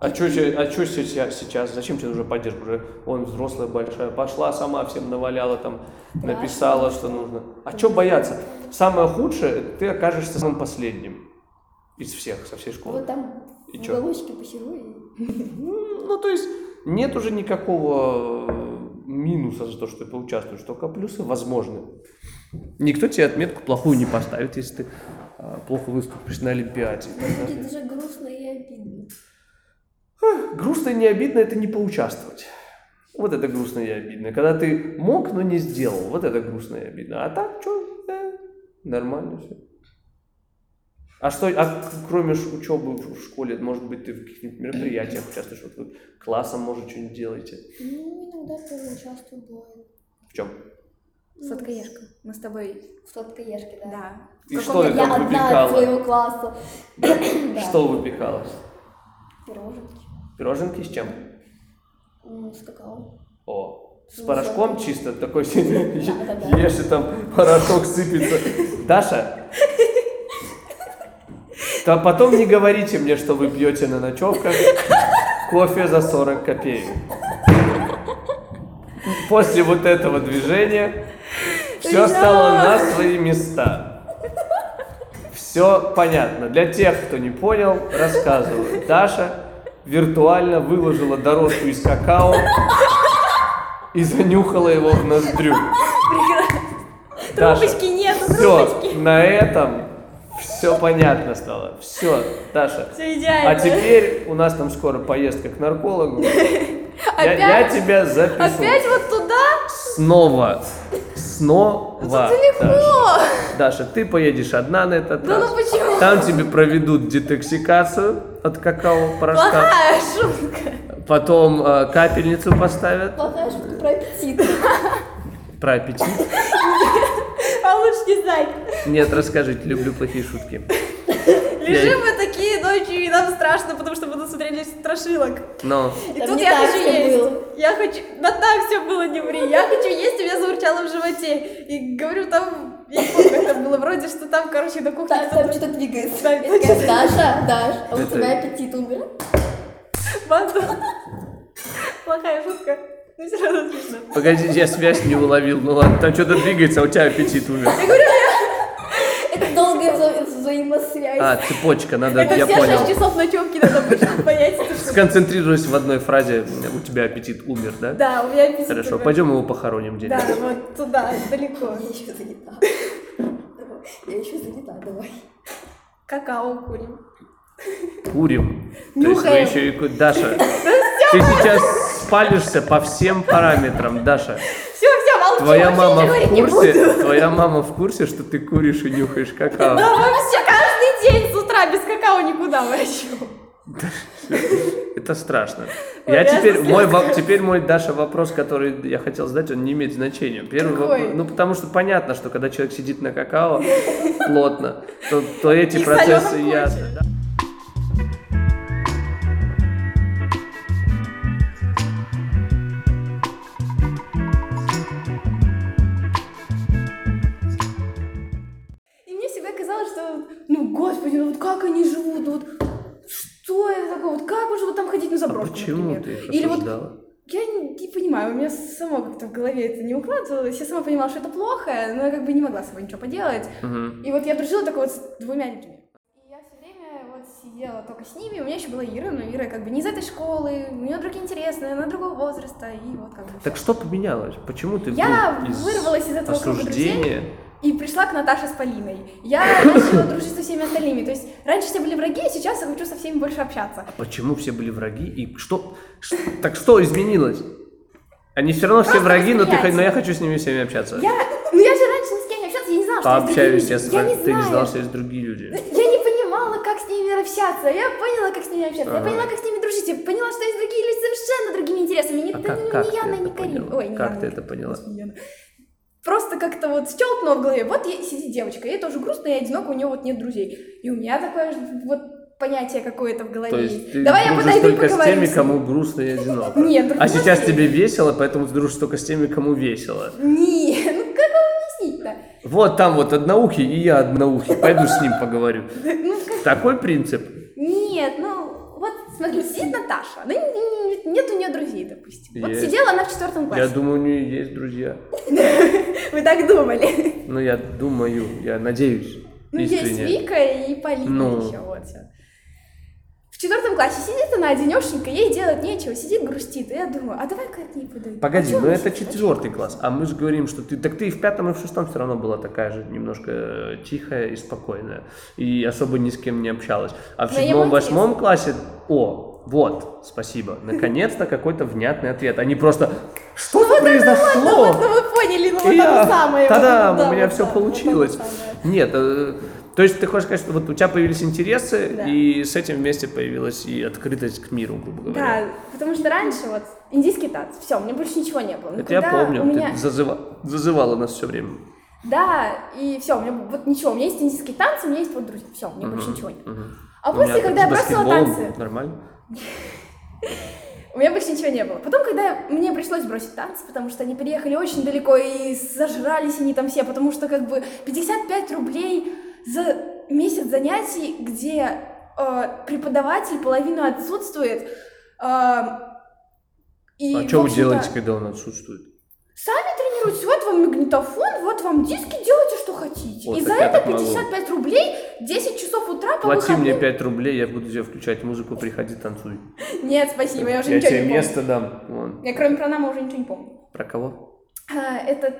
[SPEAKER 5] А что а чё се- се- сейчас? Зачем тебе нужна поддержка? Уже он взрослая большая. Пошла сама всем наваляла там, написала, что нужно. А что бояться? Самое худшее, ты окажешься самым последним из всех, со всей школы.
[SPEAKER 6] Вот там
[SPEAKER 5] И
[SPEAKER 6] в
[SPEAKER 5] чё?
[SPEAKER 6] уголочке посижу и...
[SPEAKER 5] Ну, ну, то есть нет уже никакого э, минуса за то, что ты поучаствуешь, только плюсы возможны. Никто тебе отметку плохую не поставит, если ты э, плохо выступишь на Олимпиаде.
[SPEAKER 6] Будет даже грустно и обидно.
[SPEAKER 5] Грустно и не обидно это не поучаствовать. Вот это грустно и обидно. Когда ты мог, но не сделал. Вот это грустно и обидно. А так, что? нормально все. Э, А что, а к- кроме ш- учебы в в школе, может быть, ты в каких-нибудь мероприятиях участвуешь? Вот вы классом, может, что-нибудь делаете?
[SPEAKER 6] Ну, иногда тоже участвую бывает.
[SPEAKER 5] В чем?
[SPEAKER 4] Сладкоежка. Мы с тобой,
[SPEAKER 6] В сладкоежке, да.
[SPEAKER 4] да.
[SPEAKER 5] И
[SPEAKER 4] В
[SPEAKER 5] что
[SPEAKER 4] каком-то-
[SPEAKER 5] ты там
[SPEAKER 6] Я одна от
[SPEAKER 5] выпекала?
[SPEAKER 6] своего класса. Да.
[SPEAKER 5] Что выпекалось?
[SPEAKER 6] Пироженки.
[SPEAKER 5] Пироженки с чем?
[SPEAKER 6] М, С какао.
[SPEAKER 5] О, с
[SPEAKER 6] Ну,
[SPEAKER 5] порошком чисто такой си-
[SPEAKER 6] да.
[SPEAKER 5] ешь, и там порошок сыпется. Даша, то потом не говорите мне, что вы пьете на ночевках кофе за 40 копеек. После вот этого движения все стало на свои места. Все понятно. Для тех, кто не понял, рассказываю. Даша виртуально выложила дорожку из какао и занюхала его в ноздрю. Даша,
[SPEAKER 4] Трубочки нет,
[SPEAKER 5] все, на этом все понятно стало. Все, Даша.
[SPEAKER 4] Все
[SPEAKER 5] А
[SPEAKER 4] идеально.
[SPEAKER 5] теперь у нас там скоро поездка к наркологу. Я, я
[SPEAKER 4] Опять?
[SPEAKER 5] тебя запишу.
[SPEAKER 4] Опять вот туда?
[SPEAKER 5] Снова. Снова.
[SPEAKER 4] Далеко!
[SPEAKER 5] Даша, ты поедешь одна на этот
[SPEAKER 4] Да
[SPEAKER 5] раз.
[SPEAKER 4] ну почему?
[SPEAKER 5] Там тебе проведут детоксикацию от какао порошка.
[SPEAKER 4] Плохая шутка.
[SPEAKER 5] Потом э, капельницу поставят.
[SPEAKER 6] Плохая шутка про аппетит.
[SPEAKER 5] Про аппетит.
[SPEAKER 4] А лучше не знать.
[SPEAKER 5] Нет, расскажите, люблю плохие шутки.
[SPEAKER 4] Лежим мы такие ночью, и нам страшно, потому что мы насмотрели страшилок.
[SPEAKER 5] Но
[SPEAKER 4] И
[SPEAKER 6] Там
[SPEAKER 4] тут
[SPEAKER 6] не
[SPEAKER 4] я
[SPEAKER 6] так
[SPEAKER 4] хочу
[SPEAKER 6] всё
[SPEAKER 4] есть.
[SPEAKER 6] было.
[SPEAKER 4] Я хочу... Да так все было, не ври. Я хочу есть, у меня заурчало в животе. И говорю, там... Я не помню, это было вроде, что там, короче, на кухне
[SPEAKER 6] Там,
[SPEAKER 4] кто-то
[SPEAKER 6] там что-то двигается.
[SPEAKER 4] Да,
[SPEAKER 6] Я такая, Даша, Даша, а у
[SPEAKER 5] Это-
[SPEAKER 6] тебя аппетит умер?
[SPEAKER 4] Базу. Плохая шутка. Но все равно смешно.
[SPEAKER 5] Погоди, я связь не уловил. Ну ладно, там что-то двигается, а у тебя аппетит умер.
[SPEAKER 6] Это долгая вза- взаимосвязь.
[SPEAKER 5] А, цепочка, надо,
[SPEAKER 4] Это
[SPEAKER 5] я
[SPEAKER 4] все шесть
[SPEAKER 5] понял.
[SPEAKER 4] часов ночевки надо обычно понять. это что.
[SPEAKER 5] Сконцентрируясь в одной фразе, у тебя аппетит умер, да?
[SPEAKER 4] Да, у меня аппетит.
[SPEAKER 5] Хорошо,
[SPEAKER 4] уже.
[SPEAKER 5] пойдем его похороним
[SPEAKER 4] Да,
[SPEAKER 5] где-нибудь.
[SPEAKER 4] вот туда, далеко.
[SPEAKER 6] Я еще занята. Давай, Я еще занята, давай.
[SPEAKER 4] Какао курим.
[SPEAKER 5] Курим. То есть вы
[SPEAKER 4] Нюхаем.
[SPEAKER 5] еще и ку- Даша, ты сейчас спалишься по всем параметрам, Даша.
[SPEAKER 4] Все, все, молчу.
[SPEAKER 5] Твоя
[SPEAKER 4] вообще
[SPEAKER 5] мама
[SPEAKER 4] ничего
[SPEAKER 5] в
[SPEAKER 4] говорить не
[SPEAKER 5] курсе,
[SPEAKER 4] буду.
[SPEAKER 5] твоя мама в курсе, что ты куришь и нюхаешь какао.
[SPEAKER 4] Да вообще, каждый день с утра без какао никуда вообще.
[SPEAKER 5] Это страшно.
[SPEAKER 4] Ой,
[SPEAKER 5] Я
[SPEAKER 4] реально
[SPEAKER 5] теперь мой, во-
[SPEAKER 4] страшно.
[SPEAKER 5] теперь мой Даша вопрос, который я хотел задать, он не имеет значения. Первый
[SPEAKER 4] Какой?
[SPEAKER 5] вопрос, ну потому что понятно, что когда человек сидит на какао плотно, то, то эти
[SPEAKER 4] И в
[SPEAKER 5] процессы
[SPEAKER 4] солёном
[SPEAKER 5] ясно. да.
[SPEAKER 4] И мне всегда казалось, что, ну, господи, ну вот как они живут, ну вот что это такое, вот как можно вот там ходить на
[SPEAKER 5] А
[SPEAKER 4] заброшку,
[SPEAKER 5] почему
[SPEAKER 4] например?
[SPEAKER 5] ты их
[SPEAKER 4] Или вот
[SPEAKER 5] осуждала?
[SPEAKER 4] Я не, не понимаю, у меня само как-то в голове это не укладывалось. Я сама понимала, что это плохо, но я как бы не могла с собой ничего поделать.
[SPEAKER 5] Мгм.
[SPEAKER 4] И вот я дружила только вот с двумя людьми. И я все время вот сидела только с ними. У меня еще была Ира, но Ира как бы не из этой школы, у нее другие интересы, она другого возраста, и вот как бы.
[SPEAKER 5] Так что поменялось? Почему ты
[SPEAKER 4] Я
[SPEAKER 5] вдруг из
[SPEAKER 4] вырвалась из этого круга друзей
[SPEAKER 5] осуждения?
[SPEAKER 4] и пришла к Наташе с Полиной. Я начала дружить со всеми остальными. То есть раньше все были враги, а сейчас я хочу со всеми больше общаться.
[SPEAKER 5] Почему все были враги? И что? ш- Так что изменилось? Они все равно все
[SPEAKER 4] Просто
[SPEAKER 5] враги, но, ты, х-
[SPEAKER 4] восприятие.
[SPEAKER 5] но я хочу с ними всеми общаться.
[SPEAKER 4] Я, ну я же раньше ни с кем не общалась, я не знала, что есть другие
[SPEAKER 5] Пообщаюсь
[SPEAKER 4] люди.
[SPEAKER 5] я с
[SPEAKER 4] я
[SPEAKER 5] враг-
[SPEAKER 4] не
[SPEAKER 5] Ты не
[SPEAKER 4] знаю.
[SPEAKER 5] знал, что есть другие люди.
[SPEAKER 4] Я не понимала, как с ними общаться. Я поняла, как с ними общаться.
[SPEAKER 5] Ага.
[SPEAKER 4] Я поняла, как с ними дружить. Я поняла, что есть другие люди с совершенно другими интересами. Ни,
[SPEAKER 5] А
[SPEAKER 4] да
[SPEAKER 5] как,
[SPEAKER 4] ни-
[SPEAKER 5] как
[SPEAKER 4] ни
[SPEAKER 5] ты
[SPEAKER 4] Яна,
[SPEAKER 5] это
[SPEAKER 4] ни Карин.
[SPEAKER 5] поняла?
[SPEAKER 4] Ой, не
[SPEAKER 5] Как
[SPEAKER 4] Яна,
[SPEAKER 5] ты
[SPEAKER 4] ни
[SPEAKER 5] это
[SPEAKER 4] Карин,
[SPEAKER 5] поняла?
[SPEAKER 4] господи, Яна. Просто как-то вот щелкнуло в голове. Вот е- сидит девочка, ей тоже грустно и одиноко, у нее вот нет друзей. И у меня такое же вот понятие какое-то в голове
[SPEAKER 5] То есть ты
[SPEAKER 4] Давай я
[SPEAKER 5] дружишь
[SPEAKER 4] подойду и
[SPEAKER 5] только с
[SPEAKER 4] поговорю
[SPEAKER 5] теми,
[SPEAKER 4] с ней.
[SPEAKER 5] кому грустно и одиноко.
[SPEAKER 4] Нет,
[SPEAKER 5] А
[SPEAKER 4] другой
[SPEAKER 5] сейчас
[SPEAKER 4] нет.
[SPEAKER 5] тебе весело, поэтому ты дружишь только с теми, кому весело.
[SPEAKER 4] Не, ну как его объяснить-то?
[SPEAKER 5] Вот там вот одноухий, и я одноухий. Пойду с ним поговорю.
[SPEAKER 4] Ну как?
[SPEAKER 5] Такой принцип
[SPEAKER 4] Нет, ну вот смотри, сидит Наташа. Ну, н- н- нет у нее друзей, допустим. Вот
[SPEAKER 5] Есть.
[SPEAKER 4] сидела она в четвертом
[SPEAKER 5] Я
[SPEAKER 4] классе.
[SPEAKER 5] думаю, у нее есть друзья.
[SPEAKER 4] Вы так думали.
[SPEAKER 5] Ну, я думаю, я надеюсь.
[SPEAKER 4] Ну, есть
[SPEAKER 5] искренне.
[SPEAKER 4] Вика и Полина
[SPEAKER 5] Ну.
[SPEAKER 4] еще, вот всё. В четвертом классе сидит она одинешенька, ей делать нечего, сидит, грустит. И я думаю, а давай-ка от ней подойду.
[SPEAKER 5] Погоди,
[SPEAKER 4] ну
[SPEAKER 5] ну это четвертый класс, а мы же говорим, что ты, так ты и в пятом, и в шестом все равно была такая же немножко э, тихая и спокойная, и особо ни с кем не общалась. А в
[SPEAKER 4] Но ему
[SPEAKER 5] седьмом, восьмом
[SPEAKER 4] интересно.
[SPEAKER 5] классе, о, вот, спасибо, наконец-то какой-то внятный ответ, а не просто, что произошло?
[SPEAKER 4] Ну вы поняли, ну вот
[SPEAKER 5] И я,
[SPEAKER 4] оно самое.
[SPEAKER 5] Та-дам,
[SPEAKER 4] вот, да,
[SPEAKER 5] у меня
[SPEAKER 4] вот
[SPEAKER 5] все
[SPEAKER 4] да, вот оно
[SPEAKER 5] получилось.
[SPEAKER 4] самое.
[SPEAKER 5] Нет, э, То есть ты хочешь сказать, что вот у тебя появились интересы,
[SPEAKER 4] Да.
[SPEAKER 5] и с этим вместе появилась и открытость к миру, грубо говоря.
[SPEAKER 4] Да, А, потому что раньше вот индийский танц, все, у меня больше ничего не было. Но
[SPEAKER 5] Это я
[SPEAKER 4] когда
[SPEAKER 5] помню,
[SPEAKER 4] у меня...
[SPEAKER 5] ты зазыва- зазывала нас все время.
[SPEAKER 4] Да, и все, у меня вот ничего, у меня есть индийский танц, у меня есть вот друзья, все, у меня больше ничего нет.
[SPEAKER 5] Мгм. Ну,
[SPEAKER 4] А
[SPEAKER 5] У меня
[SPEAKER 4] после,
[SPEAKER 5] так
[SPEAKER 4] когда я
[SPEAKER 5] с
[SPEAKER 4] бросила
[SPEAKER 5] баскетболом
[SPEAKER 4] танцы,
[SPEAKER 5] Нормально.
[SPEAKER 4] у меня больше ничего не было. Потом, когда мне пришлось бросить танцы, потому что они переехали очень далеко и зажрались они там все, потому что как бы 55 рублей за месяц занятий, где э, преподаватель половину отсутствует. э, и,
[SPEAKER 5] а что
[SPEAKER 4] в
[SPEAKER 5] вы
[SPEAKER 4] общем-то,
[SPEAKER 5] делаете, когда он отсутствует?
[SPEAKER 4] Сами тренируйтесь, вот вам магнитофон, вот вам диски, делайте, что хотите.
[SPEAKER 5] Вот
[SPEAKER 4] и
[SPEAKER 5] так
[SPEAKER 4] за
[SPEAKER 5] я
[SPEAKER 4] это
[SPEAKER 5] так могу.
[SPEAKER 4] 55 рублей, 10 часов утра по
[SPEAKER 5] Плати
[SPEAKER 4] выходным.
[SPEAKER 5] мне 5 рублей, я буду тебе включать музыку, приходи, танцуй.
[SPEAKER 4] Нет, спасибо, А я уже
[SPEAKER 5] Я
[SPEAKER 4] ничего не
[SPEAKER 5] тебе
[SPEAKER 4] помню.
[SPEAKER 5] место дам. Вон.
[SPEAKER 4] Я кроме пронома уже ничего не помню.
[SPEAKER 5] Про кого?
[SPEAKER 4] А, это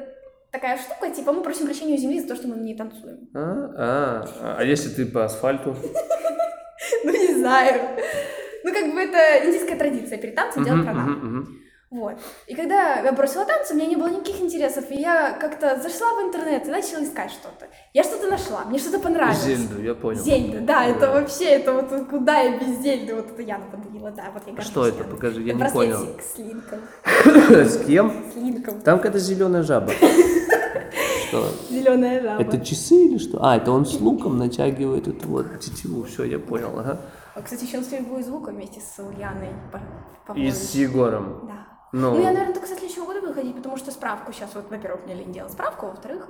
[SPEAKER 4] такая штука, типа мы просим прощения у земли за то, что мы на ней танцуем.
[SPEAKER 5] А, а, а если ты по асфальту?
[SPEAKER 4] Ну не знаю. Ну как бы это индийская традиция, перед танцем делать
[SPEAKER 5] Мгм,
[SPEAKER 4] пронам.
[SPEAKER 5] мгм, мгм.
[SPEAKER 4] Вот. И когда я бросила танцы, у меня не было никаких интересов, и я как-то зашла в интернет и начала искать что-то. Я что-то нашла, мне что-то понравилось.
[SPEAKER 5] Зельду, я понял.
[SPEAKER 4] Зельда, да, это
[SPEAKER 5] Да.
[SPEAKER 4] вообще, это вот куда я без Зельды, вот это Яна подарила, да, вот я горжусь
[SPEAKER 5] Что это?
[SPEAKER 4] Яной.
[SPEAKER 5] Покажи, я не
[SPEAKER 4] Браслетик
[SPEAKER 5] понял.
[SPEAKER 4] с линком,
[SPEAKER 5] С кем?
[SPEAKER 4] с линком,
[SPEAKER 5] Там какая-то зеленая жаба. Что?
[SPEAKER 4] зеленая жаба.
[SPEAKER 5] Это часы или что? А, это он с луком натягивает эту вот тетиву. Все, я понял, ага.
[SPEAKER 4] А, Кстати, еще он с любой звук вместе с Ульяной Пар-
[SPEAKER 5] И
[SPEAKER 4] Павлович.
[SPEAKER 5] с Егором.
[SPEAKER 4] Да.
[SPEAKER 5] Ну.
[SPEAKER 4] Ну... я, наверное, только со следующего года буду ходить, потому что справку сейчас, вот, во-первых, мне лень делать справку, а во-вторых,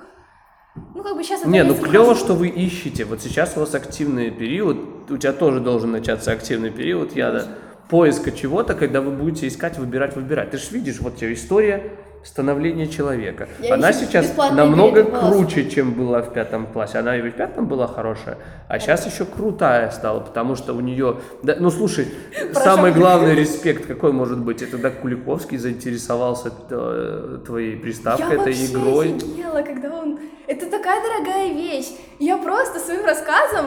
[SPEAKER 4] ну, как бы сейчас... это
[SPEAKER 5] Не, ну
[SPEAKER 4] месяц
[SPEAKER 5] клево,
[SPEAKER 4] прошло.
[SPEAKER 5] что вы ищете. Вот сейчас у вас активный период. У тебя тоже должен начаться активный период, яда. Поиска чего-то, когда вы будете искать, выбирать, выбирать. Ты же видишь, вот тебе история становления человека.
[SPEAKER 6] Я
[SPEAKER 5] Она
[SPEAKER 6] ищу
[SPEAKER 5] сейчас
[SPEAKER 6] бесплатные
[SPEAKER 5] намного
[SPEAKER 6] билеты в класс.
[SPEAKER 5] круче, чем была в пятом классе. Она и в пятом была хорошая, а сейчас еще крутая стала, потому что у нее... да, ну слушай, самый главный респект какой может быть? Это когда Куликовский заинтересовался э, твоей
[SPEAKER 4] Я
[SPEAKER 5] приставкой, этой
[SPEAKER 4] вообще
[SPEAKER 5] игрой.
[SPEAKER 4] офигела, когда он... Это такая дорогая вещь. Я просто своим рассказом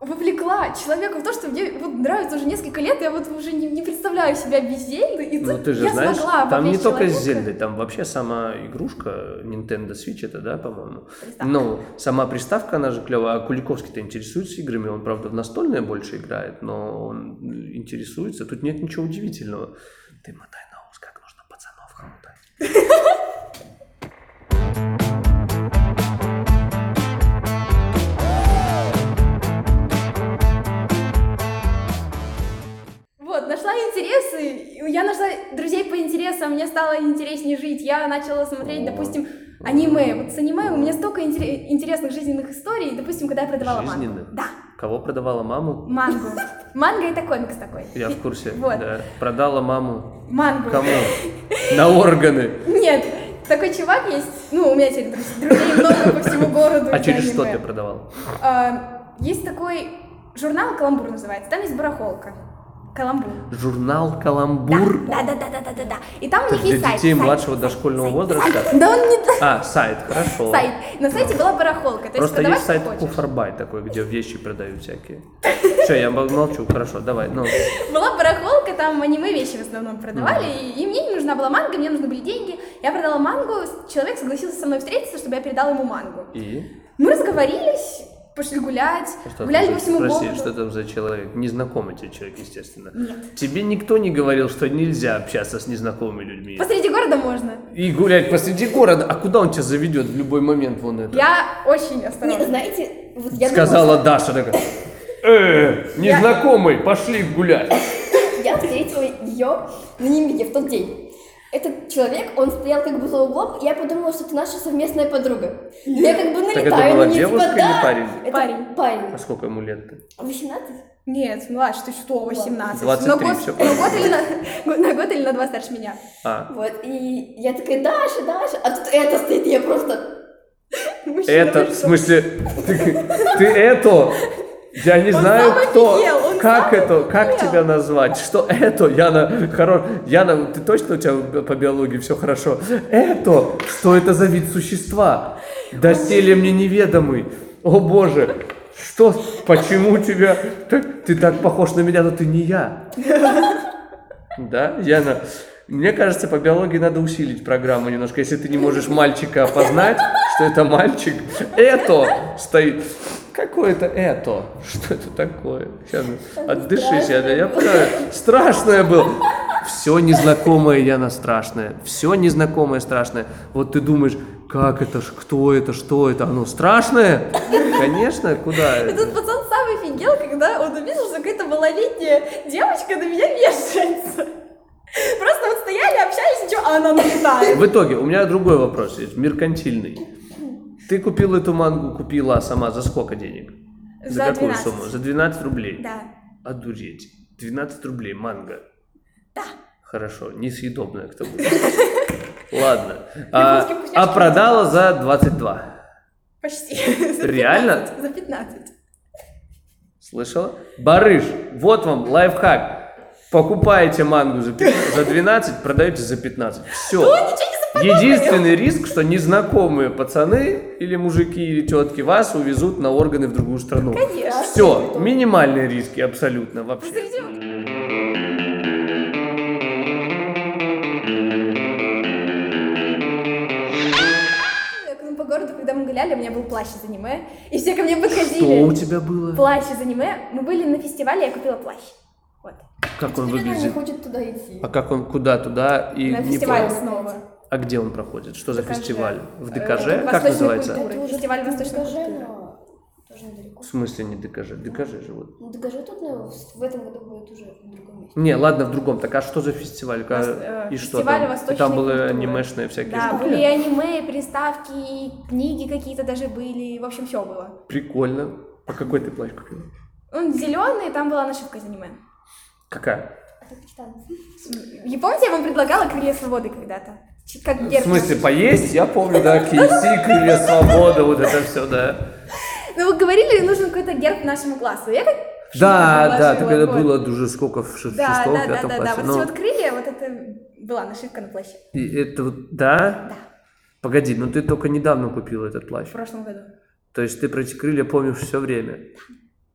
[SPEAKER 4] вовлекла человека в то, что мне вот нравится уже несколько лет, я вот уже не, не представляю себя без Зельды, и
[SPEAKER 5] Ну
[SPEAKER 4] тут
[SPEAKER 5] ты же
[SPEAKER 4] я
[SPEAKER 5] знаешь,
[SPEAKER 4] смогла
[SPEAKER 5] там не
[SPEAKER 4] вовлечь
[SPEAKER 5] только с
[SPEAKER 4] человека.
[SPEAKER 5] Зельдой, там вообще сама игрушка Nintendo Switch это, да, по-моему?
[SPEAKER 4] Приставка.
[SPEAKER 5] Ну, сама приставка, она же клевая, а Куликовский-то интересуется играми, он, правда, в настольное больше играет, но он интересуется, тут нет ничего удивительного. Ты мотай на ус, как нужно пацанов хомутать.
[SPEAKER 4] Вот, нашла интересы, я нашла друзей по интересам, мне стало интереснее жить, я начала смотреть, допустим, аниме. Вот с аниме у меня столько интере- интересных жизненных историй, допустим, когда я продавала мангу.
[SPEAKER 5] Жизненных?
[SPEAKER 4] Да,
[SPEAKER 5] Кого продавала маму?
[SPEAKER 4] мангу. Манго это комикс такой.
[SPEAKER 5] Я в курсе,
[SPEAKER 4] Вот.
[SPEAKER 5] да. Продала маму.
[SPEAKER 4] Манго.
[SPEAKER 5] Кому? На органы.
[SPEAKER 4] Нет, такой чувак есть, ну, у меня теперь друз- друзей много по всему городу.
[SPEAKER 5] А
[SPEAKER 4] из
[SPEAKER 5] через что
[SPEAKER 4] аниме.
[SPEAKER 5] ты продавала?
[SPEAKER 4] А, Есть такой журнал «Каламбур» называется, там есть барахолка. Каламбур.
[SPEAKER 5] Журнал «Каламбур».
[SPEAKER 4] Да, да, да, да, да, да, да. И там у них
[SPEAKER 5] Для
[SPEAKER 4] есть сайт.
[SPEAKER 5] детей
[SPEAKER 4] сайт,
[SPEAKER 5] младшего
[SPEAKER 4] сайт,
[SPEAKER 5] дошкольного
[SPEAKER 4] сайт,
[SPEAKER 5] возраста?
[SPEAKER 4] сайт. Да он не та-
[SPEAKER 5] А, сайт, хорошо.
[SPEAKER 4] сайт. На сайте была барахолка, то есть
[SPEAKER 5] Просто
[SPEAKER 4] продавать
[SPEAKER 5] есть
[SPEAKER 4] что
[SPEAKER 5] сайт
[SPEAKER 4] хочешь.
[SPEAKER 5] Куфарбай такой, где вещи продают всякие. Все, я мол- молчу, хорошо, давай. Ну,
[SPEAKER 4] Была барахолка, там аниме вещи в основном продавали, и, и мне не нужна была манга, мне нужны были деньги. Я продала мангу, с- человек согласился со мной встретиться, чтобы я передала ему мангу.
[SPEAKER 5] и?
[SPEAKER 4] Мы разговорились, пошли гулять,
[SPEAKER 5] Что
[SPEAKER 4] гуляли
[SPEAKER 5] там
[SPEAKER 4] по
[SPEAKER 5] за-
[SPEAKER 4] всему
[SPEAKER 5] Прости,
[SPEAKER 4] городу.
[SPEAKER 5] что там за человек? Незнакомый тебе человек, естественно. Тебе никто не говорил, что нельзя общаться с незнакомыми людьми.
[SPEAKER 4] Посреди города можно.
[SPEAKER 5] И гулять посреди города, а куда он тебя заведет в любой момент вон это?
[SPEAKER 4] Я очень осторожна.
[SPEAKER 6] Нет, знаете, вот я
[SPEAKER 5] Сказала Даша такая. Э, незнакомый, пошли гулять.
[SPEAKER 6] думала, я встретила ее на Немиге в тот день. Этот человек, он стоял как бы за углом, и я подумала, что это наша совместная подруга. Но я как бы
[SPEAKER 5] это
[SPEAKER 6] налетаю
[SPEAKER 5] была
[SPEAKER 6] на нее,
[SPEAKER 5] девушка
[SPEAKER 6] типа,
[SPEAKER 5] или
[SPEAKER 6] да,
[SPEAKER 5] парень?
[SPEAKER 6] Это
[SPEAKER 4] Парень.
[SPEAKER 5] А
[SPEAKER 6] парень.
[SPEAKER 5] сколько ему лет-то?
[SPEAKER 6] 18?
[SPEAKER 4] Нет, младше, ты что, 18.
[SPEAKER 5] 23,
[SPEAKER 4] на, год,
[SPEAKER 5] всё
[SPEAKER 4] на
[SPEAKER 5] правильно.
[SPEAKER 4] год или на, на год или на два старше меня.
[SPEAKER 5] А,
[SPEAKER 6] Вот, и я такая, Даша, Даша, а тут это стоит, и я просто...
[SPEAKER 4] Мужчина,
[SPEAKER 5] Это,
[SPEAKER 4] вы
[SPEAKER 5] в
[SPEAKER 4] что?
[SPEAKER 5] смысле, ты, ты это, я не
[SPEAKER 4] Он
[SPEAKER 5] знаю,
[SPEAKER 4] сам
[SPEAKER 5] кто,
[SPEAKER 4] офигел, он
[SPEAKER 5] как
[SPEAKER 4] сам
[SPEAKER 5] это, как
[SPEAKER 4] офигел.
[SPEAKER 5] тебя назвать, что это, Яна, хорош, Яна, ты точно у тебя по биологии все хорошо? Это, что это за вид существа? Доселе мне неведомый, о боже, что, почему тебя, ты, ты так похож на меня, но ты не я. Да, Яна, мне кажется, по биологии надо усилить программу немножко. Если ты не можешь мальчика опознать, что это мальчик, это стоит. Какое-то это. Что это такое? Сейчас, отдышись. Я, я правильно- страшное было. Все незнакомое я на страшное. Все незнакомое страшное. Вот ты думаешь, как это, ж, кто это, что это? Оно страшное? Конечно, куда?
[SPEAKER 4] И тут пацан сам офигел, когда он увидел, что какая-то малолетняя девочка на меня вешается. Просто вот стояли, общались, ничего, а она налетает.
[SPEAKER 5] В итоге, у меня другой вопрос есть, меркантильный. Ты купила эту мангу, купила сама за сколько денег?
[SPEAKER 4] За
[SPEAKER 5] какую
[SPEAKER 4] 12.
[SPEAKER 5] сумму? За 12 рублей.
[SPEAKER 4] Да.
[SPEAKER 5] Одуреть. 12 рублей манго.
[SPEAKER 4] Да.
[SPEAKER 5] Хорошо, несъедобная к тому же. Ладно. А,
[SPEAKER 4] Японские вкусняшки.
[SPEAKER 5] а продала за 22.
[SPEAKER 4] Почти.
[SPEAKER 5] Реально?
[SPEAKER 4] За 15.
[SPEAKER 5] Слышала? Барыш, вот вам лайфхак. Покупаете мангу за, пят- за 12, продаете за 15. Все.
[SPEAKER 4] Он ничего не запомнил.
[SPEAKER 5] Единственный риск, что незнакомые пацаны или мужики, или тетки вас увезут на органы в другую страну.
[SPEAKER 4] Конечно.
[SPEAKER 5] Все, минимальные риски абсолютно вообще.
[SPEAKER 4] К нам по городу, когда мы гуляли, у меня был плащ из аниме, и все ко мне
[SPEAKER 5] Что у
[SPEAKER 4] подходили.
[SPEAKER 5] тебя было?
[SPEAKER 4] Плащ из аниме. Мы были на фестивале, я купила плащ. Вот.
[SPEAKER 5] Как он
[SPEAKER 6] Теперь она не
[SPEAKER 5] выглядит?
[SPEAKER 6] хочет туда идти.
[SPEAKER 5] А как он куда туда и
[SPEAKER 4] На
[SPEAKER 5] не
[SPEAKER 4] фестивале
[SPEAKER 5] понял.
[SPEAKER 4] снова.
[SPEAKER 5] А где он проходит? Что за
[SPEAKER 4] ДКЖ.
[SPEAKER 5] фестиваль? В
[SPEAKER 4] Э,
[SPEAKER 5] ДКЖ? Как
[SPEAKER 4] Восточной
[SPEAKER 5] называется?
[SPEAKER 4] культуры.
[SPEAKER 6] Это уже
[SPEAKER 4] Фестиваль
[SPEAKER 6] в
[SPEAKER 4] восточной
[SPEAKER 6] Дагоже,
[SPEAKER 4] культуры.
[SPEAKER 6] но тоже недалеко.
[SPEAKER 5] В смысле не ДКЖ? ДКЖ же вот.
[SPEAKER 6] Ну, Дагоже тут ну, в этом году будет уже в другом месте.
[SPEAKER 5] Не, ладно, в другом. Так а что за фестиваль? Ка-
[SPEAKER 4] Вос- э,
[SPEAKER 5] И что
[SPEAKER 4] фестиваль
[SPEAKER 5] там? И
[SPEAKER 4] восточной
[SPEAKER 5] там были
[SPEAKER 4] культуры.
[SPEAKER 5] анимешные всякие
[SPEAKER 4] Да,
[SPEAKER 5] штуки?
[SPEAKER 4] были и аниме, и приставки, и книги какие-то даже были. В общем, все было.
[SPEAKER 5] Прикольно. А какой ты плащ купила?
[SPEAKER 4] Он зеленый, там была нашивка из аниме.
[SPEAKER 5] Какая?
[SPEAKER 6] А ты капитан.
[SPEAKER 4] И помните, я вам предлагала крылья свободы когда-то? Чи- Как
[SPEAKER 5] В
[SPEAKER 4] герб.
[SPEAKER 5] смысле, поесть? Я помню, да, KFC, крылья свобода, вот это все, да.
[SPEAKER 4] Ну, вы говорили, нужен какой-то герб нашему классу. Я как
[SPEAKER 5] Да,
[SPEAKER 4] шутку
[SPEAKER 5] да, ты
[SPEAKER 4] предложила,
[SPEAKER 5] когда
[SPEAKER 4] вот.
[SPEAKER 5] было уже сколько, в шест-
[SPEAKER 4] Да,
[SPEAKER 5] шестом,
[SPEAKER 4] да, да,
[SPEAKER 5] пятом
[SPEAKER 4] да, да.
[SPEAKER 5] классе.
[SPEAKER 4] Вот
[SPEAKER 5] Ну,
[SPEAKER 4] эти вот крылья, вот это была нашивка на плаще.
[SPEAKER 5] и это вот, да?
[SPEAKER 4] Да.
[SPEAKER 5] Погоди, ну ты только недавно купила этот
[SPEAKER 4] В
[SPEAKER 5] плащ.
[SPEAKER 4] прошлом году.
[SPEAKER 5] То есть ты про эти крылья помнишь все время.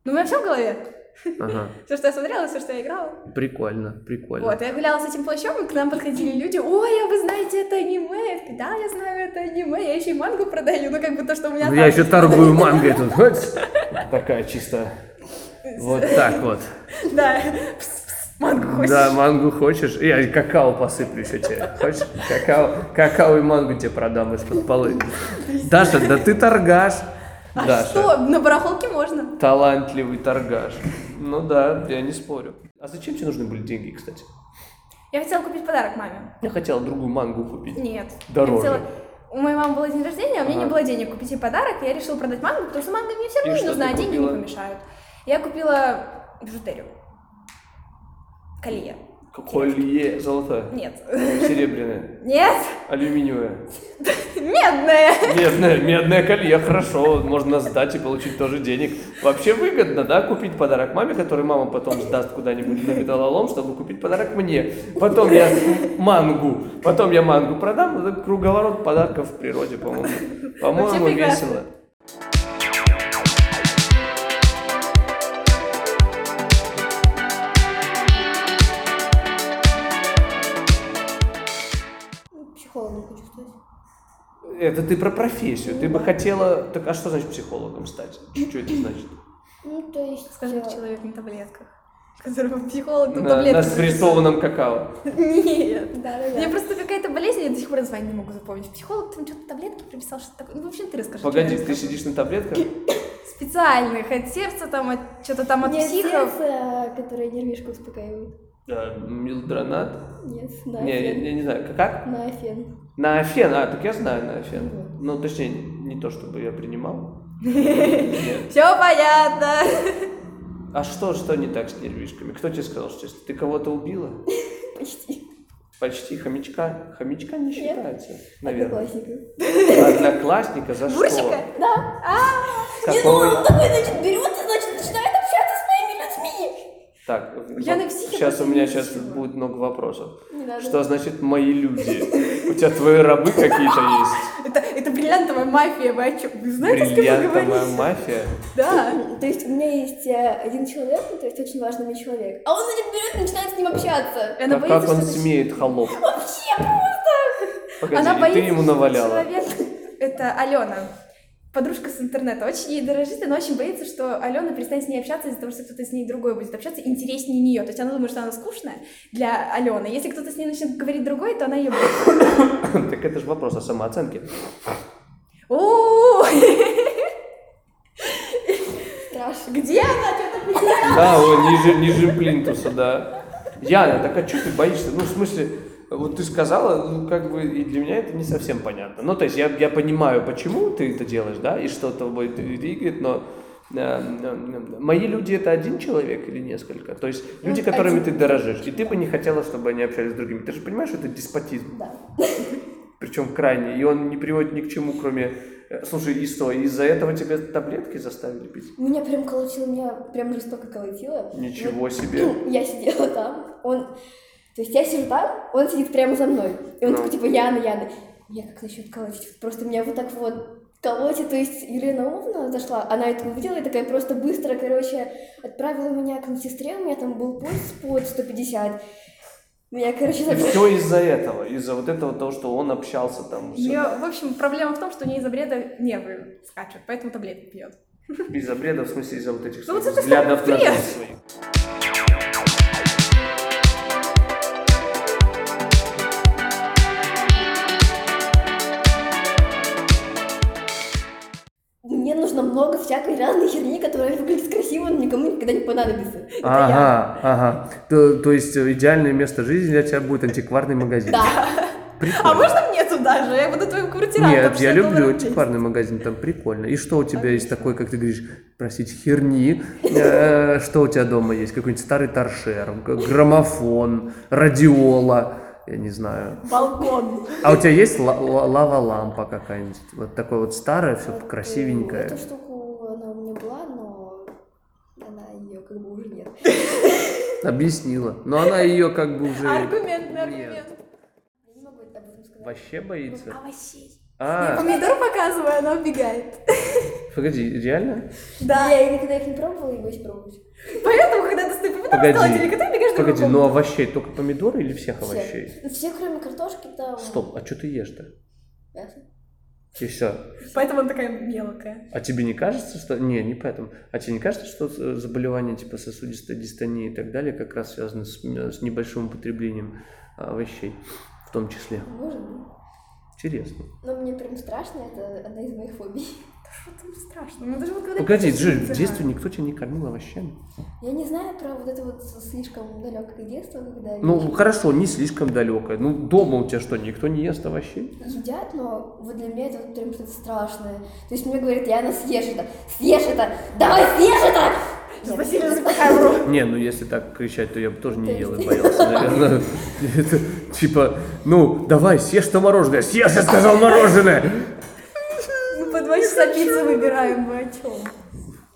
[SPEAKER 4] Ну, у меня все в голове.
[SPEAKER 5] Ага.
[SPEAKER 4] Все, что я смотрела, все, что я играла.
[SPEAKER 5] Прикольно, прикольно.
[SPEAKER 4] Вот, я гуляла с этим плащом, и к нам подходили люди. Ой, а вы знаете это аниме? Я такая, да, я знаю это аниме. Я еще и мангу продаю, ну как бы то, что у меня
[SPEAKER 5] Ну,
[SPEAKER 4] там.
[SPEAKER 5] я еще торгую мангой тут. Вот Такая чисто. Вот так вот.
[SPEAKER 4] Да. Пс, пс, Мангу хочешь?
[SPEAKER 5] Да, мангу хочешь? Я и какао посыплю еще тебе. Хочешь? Какао, какао и мангу тебе продам из-под полы. Даша, да ты торгаш.
[SPEAKER 4] А
[SPEAKER 5] Даша.
[SPEAKER 4] что? На барахолке можно.
[SPEAKER 5] Талантливый торгаш. Ну да, я не спорю. А зачем тебе нужны были деньги, кстати?
[SPEAKER 4] Я хотела купить подарок маме.
[SPEAKER 5] Я хотела другую мангу купить.
[SPEAKER 4] Нет. я
[SPEAKER 5] Дороже.
[SPEAKER 4] хотела- У моей мамы было день рождения, а у меня не
[SPEAKER 5] Ага.
[SPEAKER 4] было денег купить ей подарок. и Я решила продать мангу, потому что манга мне все
[SPEAKER 5] И
[SPEAKER 4] равно не
[SPEAKER 5] что
[SPEAKER 4] нужна,
[SPEAKER 5] ты
[SPEAKER 4] а деньги не
[SPEAKER 5] купила?
[SPEAKER 4] помешают. Я купила бижутерию. Колье.
[SPEAKER 5] Колье золотое,
[SPEAKER 4] Нет.
[SPEAKER 5] серебряное,
[SPEAKER 4] Нет.
[SPEAKER 5] алюминиевое.
[SPEAKER 4] Медное.
[SPEAKER 5] Медное, медное колье, хорошо, можно сдать и получить тоже денег. Вообще выгодно, да, купить подарок маме, который мама потом сдаст куда-нибудь на металлолом, чтобы купить подарок мне. Потом я мангу, потом я мангу продам, это круговорот подарков в природе, по-моему. По-моему,
[SPEAKER 4] Вообще прекрасно.
[SPEAKER 5] весело.
[SPEAKER 6] Вообще холодно чувствовать.
[SPEAKER 5] Это ты про профессию, ты бы хотела... Так а что значит психологом стать? Что это значит?
[SPEAKER 6] Ну, то есть...
[SPEAKER 4] Скажи,
[SPEAKER 6] э,
[SPEAKER 4] человек на таблетках. Которому психолог на
[SPEAKER 5] На, на
[SPEAKER 4] таблетках.
[SPEAKER 5] спрессованном какао.
[SPEAKER 4] Нет.
[SPEAKER 6] Да, да,
[SPEAKER 4] У меня
[SPEAKER 6] да.
[SPEAKER 4] просто какая-то болезнь, я до сих пор название не могу запомнить. Психолог там что-то таблетки прописал, что-то такое. Ну, в общем, ты расскажи. что
[SPEAKER 5] Погоди,
[SPEAKER 4] я
[SPEAKER 5] ты
[SPEAKER 4] расскажу.
[SPEAKER 5] сидишь на таблетках?
[SPEAKER 4] Специальных, от сердца там, от что-то там, от
[SPEAKER 6] Не от
[SPEAKER 4] психов.
[SPEAKER 6] сердца, которое нервишку успокаивает.
[SPEAKER 5] Да, Милдронат?
[SPEAKER 6] Нет,
[SPEAKER 5] Не, я,
[SPEAKER 6] нафен.
[SPEAKER 5] я не знаю, как?
[SPEAKER 6] Нафен.
[SPEAKER 5] На Афен, а, так я знаю на Афен.
[SPEAKER 6] Вот.
[SPEAKER 5] Ну, точнее, не то, чтобы я принимал.
[SPEAKER 4] Все понятно.
[SPEAKER 5] А что, что не так с нервишками? Кто тебе сказал, что если ты кого-то убила?
[SPEAKER 6] Почти.
[SPEAKER 5] Почти хомячка. Хомячка не считается, наверное.
[SPEAKER 6] Одноклассников.
[SPEAKER 5] Одноклассника за что?
[SPEAKER 4] Бурчика?
[SPEAKER 6] Да.
[SPEAKER 5] Какого-
[SPEAKER 6] А! ну, такой, значит, берет и, значит, начинает общаться с моими людьми.
[SPEAKER 5] Так,
[SPEAKER 4] Я на психе
[SPEAKER 5] сейчас у
[SPEAKER 4] просто
[SPEAKER 5] меня
[SPEAKER 4] не
[SPEAKER 5] сейчас
[SPEAKER 4] ничего.
[SPEAKER 5] будет много вопросов.
[SPEAKER 6] Не надо.
[SPEAKER 5] Что значит мои люди? У тебя твои рабы какие-то есть?
[SPEAKER 4] Это, это бриллиантовая мафия, вы о чем? Вы знаете, с кем вы
[SPEAKER 5] Бриллиантовая
[SPEAKER 4] Ну, говорите?
[SPEAKER 5] мафия?
[SPEAKER 4] Да.
[SPEAKER 6] То есть у меня есть э, один человек, ну, то есть очень важный мне человек. А он, значит, берет и начинает с ним общаться.
[SPEAKER 4] И Она
[SPEAKER 5] А
[SPEAKER 4] боится,
[SPEAKER 5] как он
[SPEAKER 4] что это-
[SPEAKER 5] смеет, холоп?
[SPEAKER 6] Вообще просто.
[SPEAKER 5] Погоди,
[SPEAKER 4] Она
[SPEAKER 5] и
[SPEAKER 4] боится,
[SPEAKER 5] ты ему
[SPEAKER 4] что
[SPEAKER 5] наваляла?
[SPEAKER 4] человек- Это Алена. подружка с интернета, очень ей дорожит, она очень боится, что Алена перестанет с ней общаться из-за того, что кто-то с ней другой будет общаться интереснее нее. То есть она думает, что она скучная для Алены. Если кто-то с ней начнет говорить другой, то она ее будет.
[SPEAKER 5] Так это же вопрос о самооценке.
[SPEAKER 4] О,
[SPEAKER 6] Страшно.
[SPEAKER 4] Где она? Что-то
[SPEAKER 5] Да, он ниже, ниже плинтуса, да. Яна, так а что ты боишься? Ну, в смысле, вот ты сказала, ну, как бы, и для меня это не совсем понятно. Ну, то есть, я, я понимаю, почему ты это делаешь, да, и что тобой двигает, но э, э, мои люди это один человек или несколько? То есть люди,
[SPEAKER 6] Ну,
[SPEAKER 5] которыми ты
[SPEAKER 6] один.
[SPEAKER 5] дорожишь, и ты бы не хотела, чтобы они общались с другими. Ты же понимаешь, что это деспотизм?
[SPEAKER 6] Да.
[SPEAKER 5] причем крайний, и он не приводит ни к чему, кроме... э, Слушай, и что, из-за этого тебе таблетки заставили пить?
[SPEAKER 6] Меня прям колотило, меня прям жестоко колотило.
[SPEAKER 5] Ничего
[SPEAKER 6] Вот
[SPEAKER 5] себе.
[SPEAKER 6] Ну, Я сидела там, он... То есть я сижу там, он сидит прямо за мной. И он
[SPEAKER 5] Ну.
[SPEAKER 6] такой, типа, Яна, Яна. Я как насчет колотить? типа, Просто меня вот так вот колотит. То есть Елена Умна зашла, она это увидела и такая просто быстро, короче, отправила меня к медсестре. У меня там был пульс под 150. Меня, короче,
[SPEAKER 5] И
[SPEAKER 6] так...
[SPEAKER 5] все из-за этого, из-за вот этого того, что он общался там,
[SPEAKER 4] У
[SPEAKER 5] всё.
[SPEAKER 4] нее, в общем, проблема в том, что у нее из-за бреда нервы скачут, поэтому таблетки пьет.
[SPEAKER 5] из-за бреда, в смысле из-за вот этих
[SPEAKER 4] Ну, вот
[SPEAKER 5] своих
[SPEAKER 4] это
[SPEAKER 5] взглядов на
[SPEAKER 4] бред.
[SPEAKER 5] жизнь своих.
[SPEAKER 6] Мне нужно много всякой разной херни, которая выглядит красиво, но никому никогда не понадобится. Это я.
[SPEAKER 5] Ага, ага. То, то есть э, идеальное место жизни для тебя будет антикварный магазин.
[SPEAKER 6] Да.
[SPEAKER 4] А
[SPEAKER 5] Прикольно.
[SPEAKER 4] можно мне туда же? Я буду твоим квартирантом.
[SPEAKER 5] Нет, я
[SPEAKER 4] 60
[SPEAKER 5] люблю
[SPEAKER 4] долларов в день.
[SPEAKER 5] антикварный магазин, там прикольно. И что у тебя есть такое, как ты говоришь, просить херни? Э, Что у тебя дома есть? Какой-нибудь старый торшер, г- граммофон, радиола, я не знаю.
[SPEAKER 4] Балкон.
[SPEAKER 5] А у тебя есть ла- ла- лава-лампа какая-нибудь? Вот такое вот старое, все
[SPEAKER 6] Вот, э,
[SPEAKER 5] красивенькое.
[SPEAKER 6] Эту штуку она у меня была, но она ее как бы уже нет.
[SPEAKER 5] Объяснила. Но она ее как бы уже...
[SPEAKER 4] Аргументный
[SPEAKER 5] Нет.
[SPEAKER 4] аргумент.
[SPEAKER 6] Я не могу об этом сказать.
[SPEAKER 5] Вообще боится?
[SPEAKER 4] Овощей.
[SPEAKER 5] А,
[SPEAKER 4] Помидор показываю, она убегает.
[SPEAKER 5] погоди, реально?
[SPEAKER 4] Да.
[SPEAKER 6] Я никогда их не пробовала и боюсь пробовать.
[SPEAKER 4] Поэтому, когда ты стоишь помидор в
[SPEAKER 5] Погоди.
[SPEAKER 4] холодильник, ты бегаешь в другую
[SPEAKER 5] Погоди, ну
[SPEAKER 4] комнату.
[SPEAKER 5] овощей только помидоры или всех
[SPEAKER 6] Все.
[SPEAKER 5] овощей?
[SPEAKER 6] Ну, Все, кроме картошки, там...
[SPEAKER 5] Стоп, а что ты ешь-то?
[SPEAKER 6] мясо.
[SPEAKER 5] И все.
[SPEAKER 4] Поэтому она такая мелкая.
[SPEAKER 5] А тебе не кажется, что... Не, не поэтому. А тебе не кажется, что э, заболевания типа сосудистой дистонии и так далее как раз связаны с, м- с небольшим употреблением а, овощей в том числе?
[SPEAKER 6] Может быть.
[SPEAKER 5] Интересно.
[SPEAKER 6] Но мне прям страшно, это одна из моих фобий.
[SPEAKER 4] Да что там страшно? Ну, даже вот когда
[SPEAKER 5] Погоди,
[SPEAKER 4] пишешь,
[SPEAKER 5] Джиль, в
[SPEAKER 4] цена.
[SPEAKER 5] детстве никто тебя не кормил овощами?
[SPEAKER 6] Я не знаю про вот это вот слишком далекое детство, когда
[SPEAKER 5] Ну,
[SPEAKER 6] люди
[SPEAKER 5] хорошо, не слишком далекое. Ну, дома у тебя что, никто не ест овощей?
[SPEAKER 6] едят, но вот для меня это вот прям что-то страшное. То есть мне говорят, Яна, съешь это, съешь это, давай съешь это! Я
[SPEAKER 4] Василий, запихай в рот.
[SPEAKER 5] Не, ну если так кричать, то я бы тоже не
[SPEAKER 6] То есть-
[SPEAKER 5] ел и боялся, наверное. Это, Типа, ну, давай, съешь то мороженое. Съешь, я сказал, мороженое!
[SPEAKER 4] Мы по два часа пиццу выбираем, мы о чем?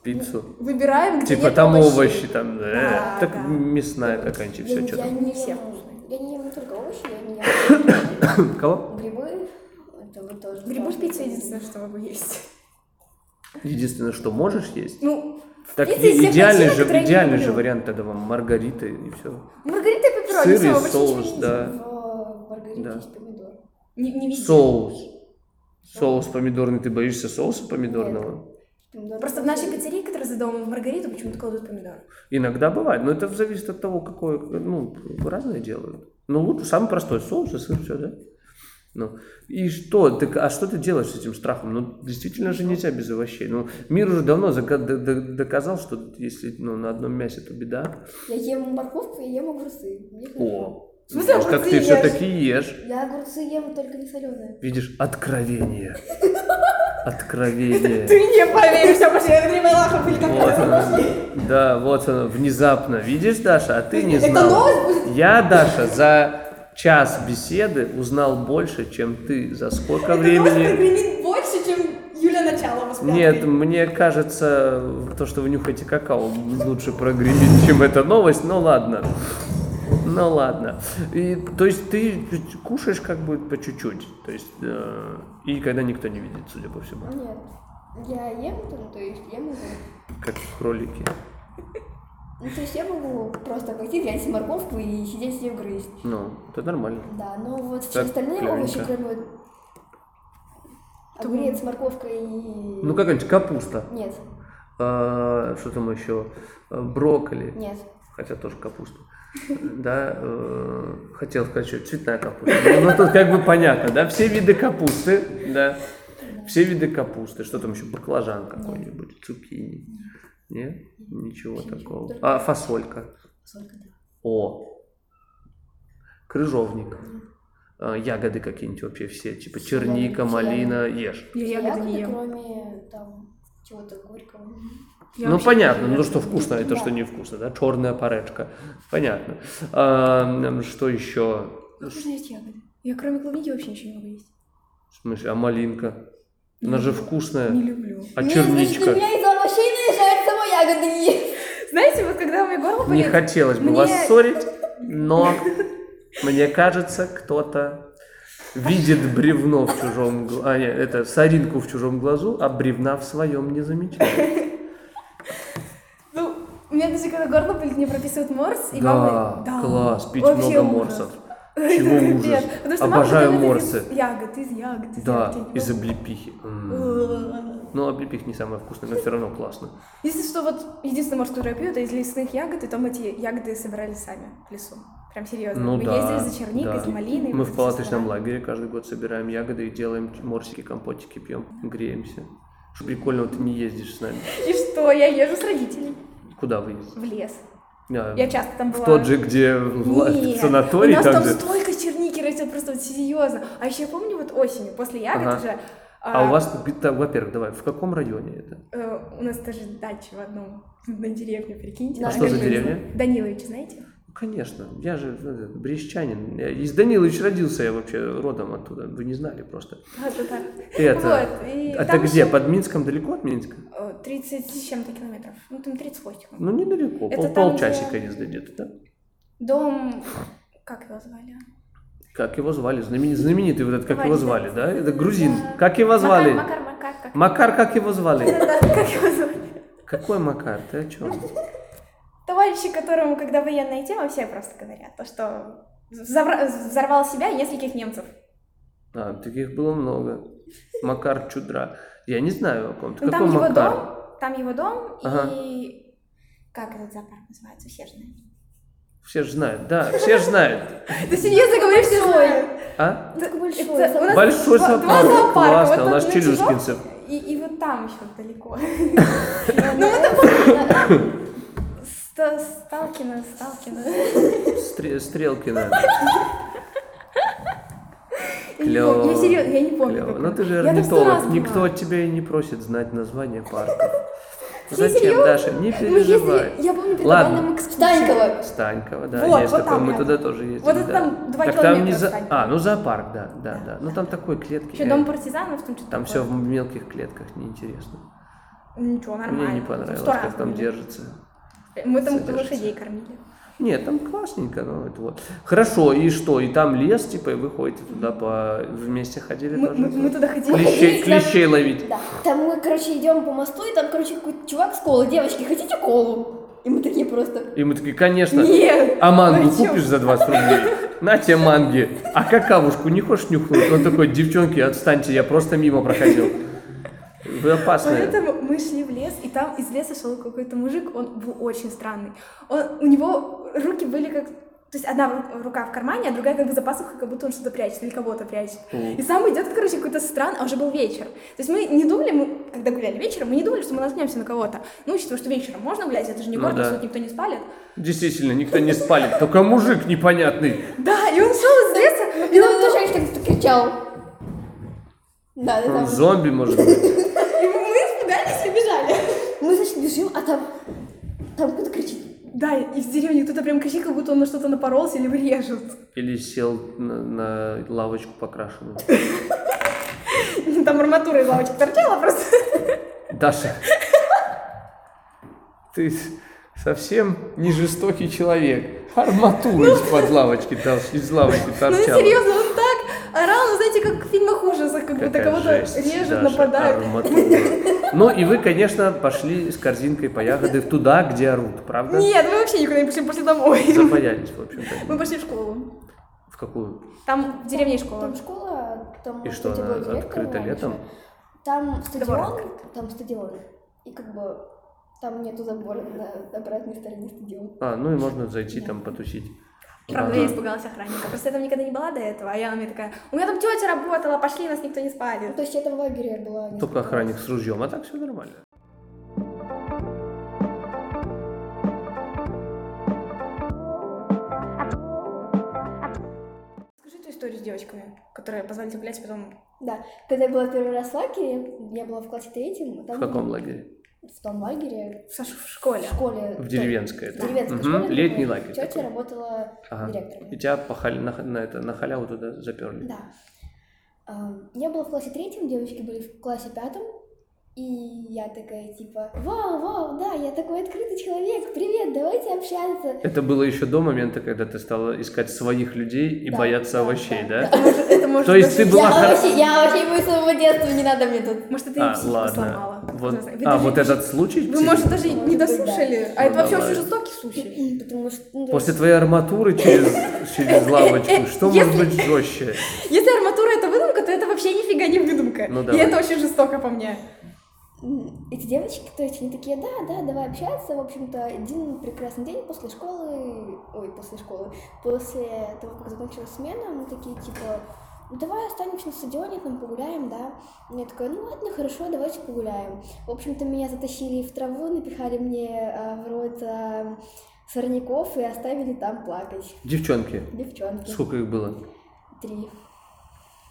[SPEAKER 5] Пиццу.
[SPEAKER 4] Ну, Выбираем, где
[SPEAKER 5] Типа
[SPEAKER 4] нет
[SPEAKER 5] там овощи,
[SPEAKER 4] овощей.
[SPEAKER 5] там, э,
[SPEAKER 4] Да,
[SPEAKER 5] так
[SPEAKER 4] А, да.
[SPEAKER 5] мясная какая-нибудь,
[SPEAKER 6] Я,
[SPEAKER 5] все,
[SPEAKER 6] не-
[SPEAKER 5] что
[SPEAKER 6] я
[SPEAKER 5] там.
[SPEAKER 6] не
[SPEAKER 4] Все
[SPEAKER 6] ем,
[SPEAKER 4] вкусные.
[SPEAKER 6] я не ем не только овощи, я не ем
[SPEAKER 5] Кого?
[SPEAKER 6] грибы. Это вот тоже.
[SPEAKER 4] Грибы в
[SPEAKER 6] страшно.
[SPEAKER 4] пиццу единственное, что могу есть.
[SPEAKER 5] Единственное, что можешь есть.
[SPEAKER 4] Ну, в
[SPEAKER 5] Так
[SPEAKER 4] пицце из
[SPEAKER 5] и-
[SPEAKER 4] всех
[SPEAKER 5] идеальный
[SPEAKER 4] начинок,
[SPEAKER 5] же,
[SPEAKER 4] которые я не
[SPEAKER 5] идеальный же
[SPEAKER 4] люблю.
[SPEAKER 5] вариант тогда вам маргарита и все.
[SPEAKER 4] Маргарита и пепперони,
[SPEAKER 5] Сыр
[SPEAKER 4] всё,
[SPEAKER 5] и
[SPEAKER 4] больше ничего не
[SPEAKER 5] соус,
[SPEAKER 4] едим.
[SPEAKER 5] да.
[SPEAKER 6] В маргарите
[SPEAKER 5] Да.
[SPEAKER 6] есть помидор.
[SPEAKER 4] Не, не везде.
[SPEAKER 5] Соус. Соус помидорный. Ты боишься соуса помидорного?
[SPEAKER 6] Помидор
[SPEAKER 4] Просто в нашей катере, которая за домом в Маргариту, почему-то кладут помидоры.
[SPEAKER 5] Иногда бывает, но это зависит от того, какое, ну, разное делают. Ну, лучше самый простой соус и сыр, все, да? Ну, и что? Так, а что ты делаешь с этим страхом? Ну, действительно же нельзя без овощей. Ну, мир уже давно зака- д- д- доказал, что если ну, на одном мясе, то беда.
[SPEAKER 6] Я ем морковку и ем огурцы. Мне хорошо.
[SPEAKER 5] О,
[SPEAKER 4] В смысле,
[SPEAKER 5] Ну, вот как
[SPEAKER 4] огурцы
[SPEAKER 5] ты
[SPEAKER 4] ешь?
[SPEAKER 5] все-таки ешь.
[SPEAKER 6] Я огурцы ем только не соленые.
[SPEAKER 5] Видишь, откровение.
[SPEAKER 4] Ты
[SPEAKER 5] Откровение.
[SPEAKER 4] не поверишь, я пошла, я Малахов или как
[SPEAKER 5] Вот оно. Да, вот оно, внезапно. Видишь, Даша, а ты не
[SPEAKER 4] Это
[SPEAKER 5] знала.
[SPEAKER 4] новость будет?
[SPEAKER 5] Я, Даша, за час беседы узнал больше, чем ты. За сколько
[SPEAKER 4] Это
[SPEAKER 5] времени?
[SPEAKER 4] гремит больше, чем Юля Началова с пяткой.
[SPEAKER 5] Нет, мне кажется, то, что вы нюхаете какао, лучше прогремит, чем эта новость. Ну ладно. Ну ладно. И, то есть ты кушаешь как бы по чуть-чуть. То есть, э, и когда никто не видит, судя по всему.
[SPEAKER 6] Нет. Я ем, ну, то есть я могу.
[SPEAKER 5] Как кролики.
[SPEAKER 6] Ну, то есть я могу просто пойти, взять морковку и сидеть ее грызть.
[SPEAKER 5] Ну, это нормально.
[SPEAKER 6] Да, но вот все
[SPEAKER 5] Так,
[SPEAKER 6] остальные
[SPEAKER 5] клевенько.
[SPEAKER 6] овощи, кроме вот Огурец, морковка и...
[SPEAKER 5] Ну, какая-нибудь капуста.
[SPEAKER 6] Нет,
[SPEAKER 5] А, что там еще? А, Брокколи.
[SPEAKER 6] нет.
[SPEAKER 5] Хотя тоже капуста. Да, э, хотел сказать, что цветная капуста. Ну, ну, тут как бы понятно, да? Все виды капусты, да. Все виды капусты. Что там еще? Баклажан какой-нибудь, цукини. Нет? Ничего
[SPEAKER 6] Вообще ничего.
[SPEAKER 5] такого.
[SPEAKER 6] Только-
[SPEAKER 5] А, фасолька.
[SPEAKER 6] Сколько там?
[SPEAKER 5] О. Крыжовник. А, Ягоды какие-нибудь вообще все, типа черника,
[SPEAKER 6] Ягоды,
[SPEAKER 5] малина, ешь.
[SPEAKER 3] Я ягоды
[SPEAKER 6] Ягоды,
[SPEAKER 3] не ем.
[SPEAKER 6] кроме там чего-то горького.
[SPEAKER 3] Я
[SPEAKER 5] ну,
[SPEAKER 3] вообще
[SPEAKER 5] понятно,
[SPEAKER 3] не
[SPEAKER 5] ну то,
[SPEAKER 3] ем.
[SPEAKER 5] что вкусно, и то, что невкусно, да, черная паречка. Понятно. А, м, что еще?
[SPEAKER 6] Как можно есть ягоды?
[SPEAKER 3] Я кроме клубники вообще ничего не могу есть.
[SPEAKER 5] В смысле, а малинка? Она же вкусная.
[SPEAKER 3] Не люблю.
[SPEAKER 5] А
[SPEAKER 6] Нет, значит, у
[SPEAKER 5] черничка?
[SPEAKER 6] меня из-за овощей наезжает само ягоды не есть.
[SPEAKER 4] Знаете, вот когда у меня горло
[SPEAKER 5] Не
[SPEAKER 4] болит,
[SPEAKER 5] хотелось бы
[SPEAKER 4] мне-
[SPEAKER 5] вас ссорить, но мне кажется, кто-то видит бревно в чужом глазу, а нет, это соринку в чужом глазу, а бревна в своем не замечает.
[SPEAKER 4] ну, у меня даже когда горло болит, мне прописывают морс, и
[SPEAKER 5] Да,
[SPEAKER 4] мама... Да,
[SPEAKER 5] класс, пить
[SPEAKER 4] вообще
[SPEAKER 5] много
[SPEAKER 4] ужас.
[SPEAKER 5] морсов. Чего ужас?
[SPEAKER 4] Нет, потому что мама
[SPEAKER 5] Обожаю
[SPEAKER 4] готовит
[SPEAKER 5] морсы.
[SPEAKER 4] Из ягод, из ягод, из
[SPEAKER 5] Да,
[SPEAKER 4] ягод.
[SPEAKER 5] из облепихи. М. Ну, облепих не самое вкусное, но все равно классно.
[SPEAKER 4] Если что, вот единственный морс, который я пью, это из лесных ягод, и там эти ягоды собирали сами в лесу. Прям серьезно.
[SPEAKER 5] Ну
[SPEAKER 4] Мы
[SPEAKER 5] да,
[SPEAKER 4] ездили за черникой,
[SPEAKER 5] да.
[SPEAKER 4] за малиной.
[SPEAKER 5] Мы
[SPEAKER 4] вот
[SPEAKER 5] в
[SPEAKER 4] это
[SPEAKER 5] палаточном
[SPEAKER 4] всё.
[SPEAKER 5] лагере каждый год собираем ягоды и делаем морсики, компотики, пьем, греемся. Что прикольно, ты не ездишь с нами.
[SPEAKER 4] И что, я езжу с родителями
[SPEAKER 5] Куда вы ездите?
[SPEAKER 4] в лес.
[SPEAKER 5] А,
[SPEAKER 4] Я часто там была.
[SPEAKER 5] В тот же, где в ла- в
[SPEAKER 4] Нет,
[SPEAKER 5] санаторий,
[SPEAKER 4] у нас там,
[SPEAKER 5] там же.
[SPEAKER 4] столько черники растет, просто вот серьезно. А еще я помню, вот осенью, после ягод
[SPEAKER 5] Ага.
[SPEAKER 4] уже...
[SPEAKER 5] А
[SPEAKER 4] а,
[SPEAKER 5] у вас, да, во-первых, давай, в каком районе это?
[SPEAKER 4] э, у нас даже дача в одном, на деревне, прикиньте.
[SPEAKER 5] А
[SPEAKER 6] Да,
[SPEAKER 5] что за
[SPEAKER 6] конечно.
[SPEAKER 5] деревня?
[SPEAKER 4] Данилович, знаете?
[SPEAKER 5] Конечно, я же э, брещанин. Я Из Данилович родился я вообще родом оттуда. Вы не знали просто.
[SPEAKER 4] Да-да-да.
[SPEAKER 5] Это.
[SPEAKER 4] Вот, и
[SPEAKER 5] А ты
[SPEAKER 4] там
[SPEAKER 5] где?
[SPEAKER 4] еще,
[SPEAKER 5] Под Минском далеко от Минска?
[SPEAKER 4] э, 30 с чем-то километров. Ну, там 30 с хвостиком.
[SPEAKER 5] Ну, недалеко.
[SPEAKER 4] Это там,
[SPEAKER 5] Пол- полчасика
[SPEAKER 4] где-
[SPEAKER 5] езды где-то, да?
[SPEAKER 4] Дом... Как его звали?
[SPEAKER 5] Как его звали? Знамени- Знаменитый вот этот, как его
[SPEAKER 4] Звали,
[SPEAKER 5] звали, да? Это грузин. Как его звали?
[SPEAKER 4] Макар, Макар, Макар. Как...
[SPEAKER 5] Макар, как его звали?
[SPEAKER 4] Да, как его звали?
[SPEAKER 5] Какой Макар? Ты о чем?
[SPEAKER 4] Товарищи, которому, когда военная тема, все просто говорят, то, что завра- взорвал себя нескольких немцев.
[SPEAKER 5] А, таких было много. Макар Чудра. Я не знаю о ком. Ты
[SPEAKER 4] Ну,
[SPEAKER 5] какой
[SPEAKER 4] там его
[SPEAKER 5] Макар?
[SPEAKER 4] дом, там его дом
[SPEAKER 5] Ага.
[SPEAKER 4] и... Как этот зоопарк называется? Все же знают.
[SPEAKER 5] Все же знают, да, все же знают.
[SPEAKER 4] Ты серьезно говоришь, все знают.
[SPEAKER 5] А?
[SPEAKER 6] Такой
[SPEAKER 4] Это-
[SPEAKER 6] большой.
[SPEAKER 4] у нас
[SPEAKER 5] Большой
[SPEAKER 4] два-
[SPEAKER 5] зоопарк.
[SPEAKER 4] два зоопарка,
[SPEAKER 5] Классно,
[SPEAKER 4] вот
[SPEAKER 5] у нас
[SPEAKER 4] тут на Чижов
[SPEAKER 5] Челюскинцев.
[SPEAKER 4] И, и вот там еще далеко.
[SPEAKER 6] Ну, это
[SPEAKER 4] Ста- Сталкино, Сталкино.
[SPEAKER 5] Стре- Стрелкина.
[SPEAKER 4] Я не помню, Я
[SPEAKER 5] Клёво.
[SPEAKER 4] серьезно, я не помню.
[SPEAKER 5] Клево.
[SPEAKER 4] как
[SPEAKER 5] Ну
[SPEAKER 4] он.
[SPEAKER 5] ты же
[SPEAKER 4] Я там сто раз
[SPEAKER 5] орнитолог,
[SPEAKER 4] была.
[SPEAKER 5] никто от тебя и не просит знать название парков.
[SPEAKER 4] Ты
[SPEAKER 5] Зачем,
[SPEAKER 4] серьёзно?
[SPEAKER 5] Даша, не
[SPEAKER 4] Ну,
[SPEAKER 5] переживай.
[SPEAKER 4] если... Я помню, предлагал
[SPEAKER 5] Ладно.
[SPEAKER 4] нам экскурсию.
[SPEAKER 6] Станькова.
[SPEAKER 5] Станькова, да,
[SPEAKER 4] Вот,
[SPEAKER 5] есть
[SPEAKER 4] вот
[SPEAKER 5] такое,
[SPEAKER 4] там
[SPEAKER 5] мы
[SPEAKER 4] прям.
[SPEAKER 5] туда тоже ездили.
[SPEAKER 4] Вот это
[SPEAKER 5] да.
[SPEAKER 4] там два
[SPEAKER 5] так там не
[SPEAKER 4] километра
[SPEAKER 5] за...
[SPEAKER 4] Станькова.
[SPEAKER 5] А, ну зоопарк, да, да, да. Ну там такой клетки.
[SPEAKER 4] Еще
[SPEAKER 5] э,
[SPEAKER 4] дом партизанов, там что-то
[SPEAKER 5] Там все
[SPEAKER 4] такое.
[SPEAKER 5] в мелких клетках, неинтересно.
[SPEAKER 4] Ничего, нормально.
[SPEAKER 5] Мне не
[SPEAKER 4] Там
[SPEAKER 5] понравилось,
[SPEAKER 4] сто раз
[SPEAKER 5] как там
[SPEAKER 4] были.
[SPEAKER 5] держится.
[SPEAKER 4] Мы там
[SPEAKER 5] держится.
[SPEAKER 4] лошадей кормили.
[SPEAKER 5] Нет, там классненько, ну это вот. Хорошо, и что? И там лес, типа, и вы ходите туда по... вы вместе ходили
[SPEAKER 4] Мы,
[SPEAKER 5] тоже?
[SPEAKER 4] мы- мы туда ходили.
[SPEAKER 5] Клещей,
[SPEAKER 6] ходили, да.
[SPEAKER 5] клещей ловить.
[SPEAKER 6] Да. Там мы, короче, идем по мосту, и там, короче, какой-то чувак с колой. Девочки, хотите колу? И мы такие просто...
[SPEAKER 5] И мы такие, конечно,
[SPEAKER 4] Нет,
[SPEAKER 5] а мангу
[SPEAKER 4] вы чё?
[SPEAKER 5] купишь за 20 рублей? На тебе манги. А какавушку не хочешь нюхнуть? Он такой, девчонки, отстаньте, я просто мимо проходил. Вы опасные.
[SPEAKER 4] Поэтому мы шли в лес, и там из леса шел какой-то мужик, он был очень странный. Он, у него руки были как... То есть одна ру- рука в кармане, а другая как бы за пасухой, как будто он что-то прячет или кого-то прячет.
[SPEAKER 5] Мгм.
[SPEAKER 4] И сам идет, короче, какой-то странный, а уже был вечер. То есть мы не думали, мы, когда гуляли вечером, мы не думали, что мы наткнемся на кого-то. Ну, учитывая, что вечером можно гулять, это же не
[SPEAKER 5] Ну
[SPEAKER 4] город,
[SPEAKER 5] да.
[SPEAKER 4] нас тут никто не спалит.
[SPEAKER 5] Действительно, никто не спалит, только мужик непонятный.
[SPEAKER 4] Да, и он шел из леса,
[SPEAKER 6] И нам тоже как-то кричал. Да, да,
[SPEAKER 5] Он
[SPEAKER 6] там.
[SPEAKER 5] зомби, может быть.
[SPEAKER 6] И мы испугались и бежали. Мы, значит, бежим, а там... Там кто-то кричит.
[SPEAKER 4] Да, и в деревне кто-то прям кричит, как будто он на что-то напоролся или врежет.
[SPEAKER 5] Или сел на, на лавочку покрашенную.
[SPEAKER 4] Там арматура из лавочек торчала просто.
[SPEAKER 5] Даша, ты совсем не жестокий человек. Арматура из-под лавочки, тол- из лавочки
[SPEAKER 4] Ну
[SPEAKER 5] торчала.
[SPEAKER 4] серьезно, он так орал, ну, знаете, как в фильмах ужасов, как будто
[SPEAKER 5] Какая
[SPEAKER 4] кого-то
[SPEAKER 5] жесть,
[SPEAKER 4] режет,
[SPEAKER 5] Даша,
[SPEAKER 4] нападают.
[SPEAKER 5] арматура. Ну и вы, конечно, пошли с корзинкой по ягоды туда, где орут, правда?
[SPEAKER 4] Нет, мы вообще никуда не пошли, пошли домой.
[SPEAKER 5] Запаялись, в общем-то.
[SPEAKER 4] Мы пошли в школу.
[SPEAKER 5] В какую?
[SPEAKER 4] Там в деревне есть школа.
[SPEAKER 6] Там школа, там...
[SPEAKER 5] И
[SPEAKER 6] может
[SPEAKER 5] что,
[SPEAKER 6] быть,
[SPEAKER 5] она
[SPEAKER 6] был директор
[SPEAKER 5] открыта
[SPEAKER 6] раньше.
[SPEAKER 5] летом?
[SPEAKER 6] Там стадион,
[SPEAKER 4] открыт.
[SPEAKER 6] там стадион. И как бы там нету забора на обратной стороне стадиона.
[SPEAKER 5] А, ну и можно зайти там потусить.
[SPEAKER 4] Правда,
[SPEAKER 5] Ага.
[SPEAKER 4] я испугалась охранника. Просто я там никогда не была до этого, а я она мне такая, у меня там тетя работала, пошли, нас никто не
[SPEAKER 6] Ну,
[SPEAKER 4] спалит.
[SPEAKER 6] то есть я там в лагере была. несколько
[SPEAKER 5] Только
[SPEAKER 6] раз.
[SPEAKER 5] охранник с ружьем, а так все нормально.
[SPEAKER 4] Скажи эту историю с девочками, которые позвали гулять, потом...
[SPEAKER 6] Да. Когда я была первый раз в лагере, я была в классе третьем. а
[SPEAKER 5] В
[SPEAKER 6] Там
[SPEAKER 5] каком лагере?
[SPEAKER 6] В том лагере.
[SPEAKER 4] Сашу в школе.
[SPEAKER 6] В школе.
[SPEAKER 5] В деревенской.
[SPEAKER 6] В
[SPEAKER 5] это.
[SPEAKER 6] деревенской
[SPEAKER 5] Мгм,
[SPEAKER 6] школе.
[SPEAKER 5] Летний
[SPEAKER 6] где
[SPEAKER 5] лагерь.
[SPEAKER 6] Тетя
[SPEAKER 5] такой.
[SPEAKER 6] работала
[SPEAKER 5] Ага.
[SPEAKER 6] директором.
[SPEAKER 5] И тебя по халь- на, х- на это, на халяву туда заперли.
[SPEAKER 6] Да. Ам, Я была в классе третьем, девочки были в классе пятом. И я такая типа, вау, вау, да, я такой открытый человек, привет, давайте общаться.
[SPEAKER 5] Это было еще до момента, когда ты стала искать своих людей и
[SPEAKER 6] Да,
[SPEAKER 5] бояться
[SPEAKER 6] да,
[SPEAKER 5] овощей, да?
[SPEAKER 6] да,
[SPEAKER 4] Это может
[SPEAKER 5] То есть ты была...
[SPEAKER 6] я,
[SPEAKER 5] хор-
[SPEAKER 6] вообще, я вообще его из своего детства, не надо мне тут.
[SPEAKER 4] Может, это и
[SPEAKER 5] А,
[SPEAKER 4] психику сломала.
[SPEAKER 5] ладно. Вот-
[SPEAKER 4] Кто знает. Вы
[SPEAKER 5] А,
[SPEAKER 4] даже-
[SPEAKER 5] вот этот случай?
[SPEAKER 4] Вы, может, даже
[SPEAKER 6] Может
[SPEAKER 4] не
[SPEAKER 6] быть, да.
[SPEAKER 4] дослушали, а
[SPEAKER 5] Ну,
[SPEAKER 4] это вообще
[SPEAKER 5] давай.
[SPEAKER 4] очень жестокий случай.
[SPEAKER 6] Потому что, ну, то
[SPEAKER 5] После
[SPEAKER 6] есть,
[SPEAKER 5] твоей арматуры через, через лавочку, что может
[SPEAKER 4] Если-
[SPEAKER 5] быть жестче?
[SPEAKER 4] Если арматура это выдумка, то это вообще нифига не выдумка.
[SPEAKER 5] Ну,
[SPEAKER 4] и
[SPEAKER 5] давай.
[SPEAKER 4] это очень жестоко по мне.
[SPEAKER 6] м, эти девочки, то есть они такие, да, да, давай общаться. В общем-то, один прекрасный день после школы, ой, после школы, после того, как закончилась смена, мы такие, типа, «Ну, давай останемся на стадионе, там погуляем, да. И Я такая, ну ладно, хорошо, давайте погуляем. В общем-то, меня затащили в траву, напихали мне а, в рот а, сорняков и оставили там плакать.
[SPEAKER 5] Девчонки,
[SPEAKER 6] Девчонки.
[SPEAKER 5] сколько их было?
[SPEAKER 6] Три.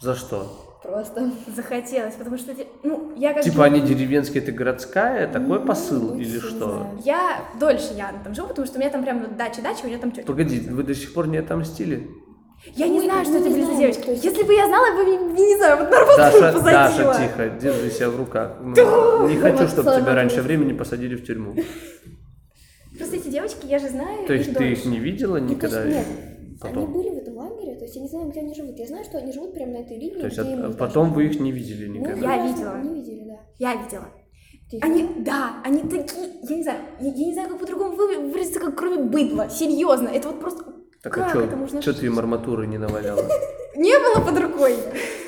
[SPEAKER 5] За что?
[SPEAKER 6] Просто.
[SPEAKER 4] Захотелось, потому что те- ну я как
[SPEAKER 5] Типа они деревенские, ты городская? Такой
[SPEAKER 6] М,
[SPEAKER 5] посыл
[SPEAKER 6] быть,
[SPEAKER 5] Ну, или
[SPEAKER 6] Ну, не
[SPEAKER 5] что?
[SPEAKER 6] знаю.
[SPEAKER 4] я дольше я там живу, потому что у меня там прям дача, дача, у меня там тетя.
[SPEAKER 5] Погоди, вы до сих пор не отомстили?
[SPEAKER 4] Я не
[SPEAKER 6] Ой,
[SPEAKER 4] знаю, что
[SPEAKER 6] ну,
[SPEAKER 4] это
[SPEAKER 6] не
[SPEAKER 4] были за
[SPEAKER 6] знаю,
[SPEAKER 4] девочки.
[SPEAKER 6] то есть-
[SPEAKER 4] Если бы я знала, я бы не- не знаю, вот на работу
[SPEAKER 5] Даша,
[SPEAKER 4] бы
[SPEAKER 5] Даша,
[SPEAKER 4] заходила.
[SPEAKER 5] тихо, держи себя в руках. Ну, Не
[SPEAKER 6] Ну,
[SPEAKER 5] хочу,
[SPEAKER 6] вот
[SPEAKER 5] чтобы тебя
[SPEAKER 6] самое
[SPEAKER 5] раньше
[SPEAKER 6] грустное.
[SPEAKER 5] времени посадили в тюрьму.
[SPEAKER 4] Просто эти девочки, я же знаю
[SPEAKER 5] То есть
[SPEAKER 4] их
[SPEAKER 5] ты
[SPEAKER 4] дольше.
[SPEAKER 5] их не видела
[SPEAKER 6] Ну, то есть
[SPEAKER 5] никогда?
[SPEAKER 6] нет, Они
[SPEAKER 5] Потом.
[SPEAKER 6] были в этом лагере, то есть я не знаю, где они живут. Я знаю, что они живут прямо на этой линии.
[SPEAKER 5] То есть
[SPEAKER 6] где им
[SPEAKER 5] от- а
[SPEAKER 6] не
[SPEAKER 5] потом
[SPEAKER 6] должно
[SPEAKER 5] вы
[SPEAKER 6] быть.
[SPEAKER 5] их не видели
[SPEAKER 6] Ну,
[SPEAKER 5] никогда?
[SPEAKER 4] я
[SPEAKER 6] не
[SPEAKER 4] видела.
[SPEAKER 6] Не видели, да.
[SPEAKER 4] Я видела.
[SPEAKER 6] Ты их
[SPEAKER 4] Они, да, они такие, я не знаю, я, я не знаю, как по-другому вы- выразиться, как кроме быдла, серьезно, это вот просто,
[SPEAKER 5] Так
[SPEAKER 4] как
[SPEAKER 5] а
[SPEAKER 4] это можно?
[SPEAKER 5] что, что ты им арматуры не наваляла?
[SPEAKER 4] Не было под рукой.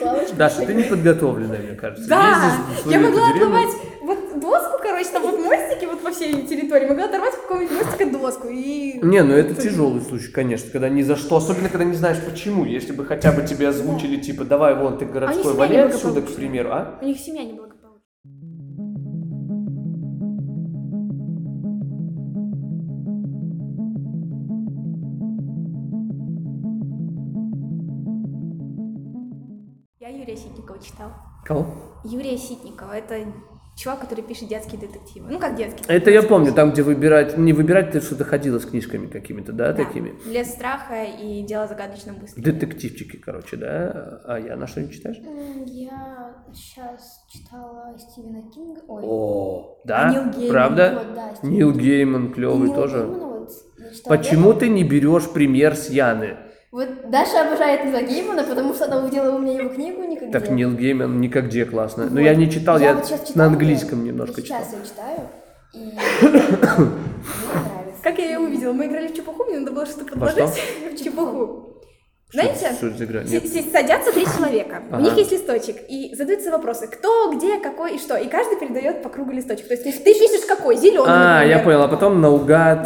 [SPEAKER 6] Лавочка.
[SPEAKER 5] Даша, ты неподготовленная, мне кажется.
[SPEAKER 4] Да,
[SPEAKER 5] Ездишь в свою
[SPEAKER 4] я могла
[SPEAKER 5] деревню.
[SPEAKER 4] оторвать вот доску, короче, там вот мостики вот по всей территории, могла оторвать у какого-нибудь мостика доску и...
[SPEAKER 5] Не, ну это тяжелый случай, конечно, когда ни за что, особенно когда не знаешь почему. Если бы хотя бы тебе озвучили, типа, давай вон ты городской,
[SPEAKER 4] себя
[SPEAKER 5] валяй
[SPEAKER 4] немного
[SPEAKER 5] отсюда, к
[SPEAKER 4] получше.
[SPEAKER 5] примеру, а?
[SPEAKER 4] У них семья неблагополучная. Я Юрия Ситникова читала.
[SPEAKER 5] Кого?
[SPEAKER 4] Юрия Ситникова. Это чувак, который пишет детские детективы. Ну, как детские.
[SPEAKER 5] Это я помню, там, где выбирать, не выбирать, ты что-то ходила с книжками какими-то, да, такими?
[SPEAKER 4] Лес страха и дело загадочно быстро.
[SPEAKER 5] Детективчики, короче, да? А я на что не читаешь?
[SPEAKER 6] М, Я сейчас читала Стивена Кинга. Ой.
[SPEAKER 5] О, да?
[SPEAKER 4] Нил Гейман,
[SPEAKER 5] Правда?
[SPEAKER 6] А Вот, да, Стивена
[SPEAKER 5] Нил Гейман клевый
[SPEAKER 6] Кинга.
[SPEAKER 5] тоже.
[SPEAKER 6] Именно вот я читала
[SPEAKER 5] Почему
[SPEAKER 6] это.
[SPEAKER 5] ты не берешь пример с Яны?
[SPEAKER 6] Вот Даша обожает Нила Геймана, потому что она увидела у меня его книгу никогда.
[SPEAKER 5] Так Нил Гейман никогда классно. Но
[SPEAKER 6] Вот.
[SPEAKER 5] я не читал, я,
[SPEAKER 6] вот сейчас
[SPEAKER 5] на
[SPEAKER 6] читала,
[SPEAKER 5] английском
[SPEAKER 6] я
[SPEAKER 5] немножко читал.
[SPEAKER 6] сейчас я читаю, и мне нравится.
[SPEAKER 4] Как я ее увидела? Мы играли в чепуху, мне надо было что-то
[SPEAKER 5] что?
[SPEAKER 4] подложить. В чепуху. Знаете,
[SPEAKER 5] Что это за игра?
[SPEAKER 4] Си-
[SPEAKER 5] Нет.
[SPEAKER 4] си- Садятся три человека. У
[SPEAKER 5] Ага.
[SPEAKER 4] них есть листочек. И задаются вопросы: кто, где, какой и что. И каждый передает по кругу листочек. То есть ты пишешь какой? Зеленый.
[SPEAKER 5] А, я понял, а потом наугад
[SPEAKER 6] Да,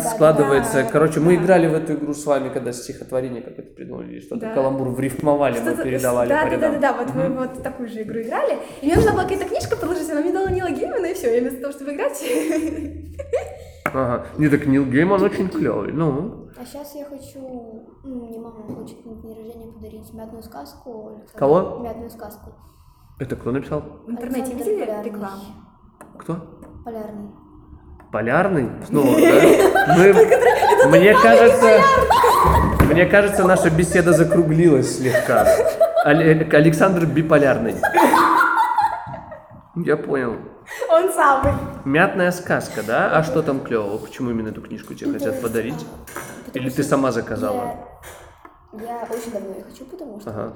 [SPEAKER 4] да,
[SPEAKER 5] складывается. Короче, мы
[SPEAKER 4] да.
[SPEAKER 5] играли в эту игру с вами, когда стихотворение как это придумали, или что-то
[SPEAKER 4] Да.
[SPEAKER 5] каламбур врифмовали, мы передавали
[SPEAKER 4] да, да,
[SPEAKER 5] по
[SPEAKER 4] да,
[SPEAKER 5] рядам.
[SPEAKER 4] да, да, вот мы вот такую же игру играли. И мне нужна была какая-то книжка подложить, она мне дала Нила Геймана, и все. Я вместо того, чтобы играть,
[SPEAKER 5] Ага. Не, так Нил Гейман очень клевый. Ну,
[SPEAKER 6] А сейчас я хочу, ну, мне мама хочет на день рождения подарить мятную сказку. Александра.
[SPEAKER 5] Кого?
[SPEAKER 6] Мятную сказку.
[SPEAKER 5] это кто написал?
[SPEAKER 4] в интернете
[SPEAKER 6] Александр
[SPEAKER 4] видели
[SPEAKER 6] Полярный.
[SPEAKER 4] рекламу.
[SPEAKER 5] Кто?
[SPEAKER 6] Полярный.
[SPEAKER 5] Полярный? Снова, да? Мы- Мне кажется, мне кажется, наша беседа закруглилась слегка. Але- Александр биполярный. Я понял.
[SPEAKER 4] Он самый.
[SPEAKER 5] Мятная сказка, да? А что там клевого? Почему именно эту книжку тебе хотят подарить? Или ты сама заказала?
[SPEAKER 6] Я, я очень давно ее хочу, потому что
[SPEAKER 5] Ага.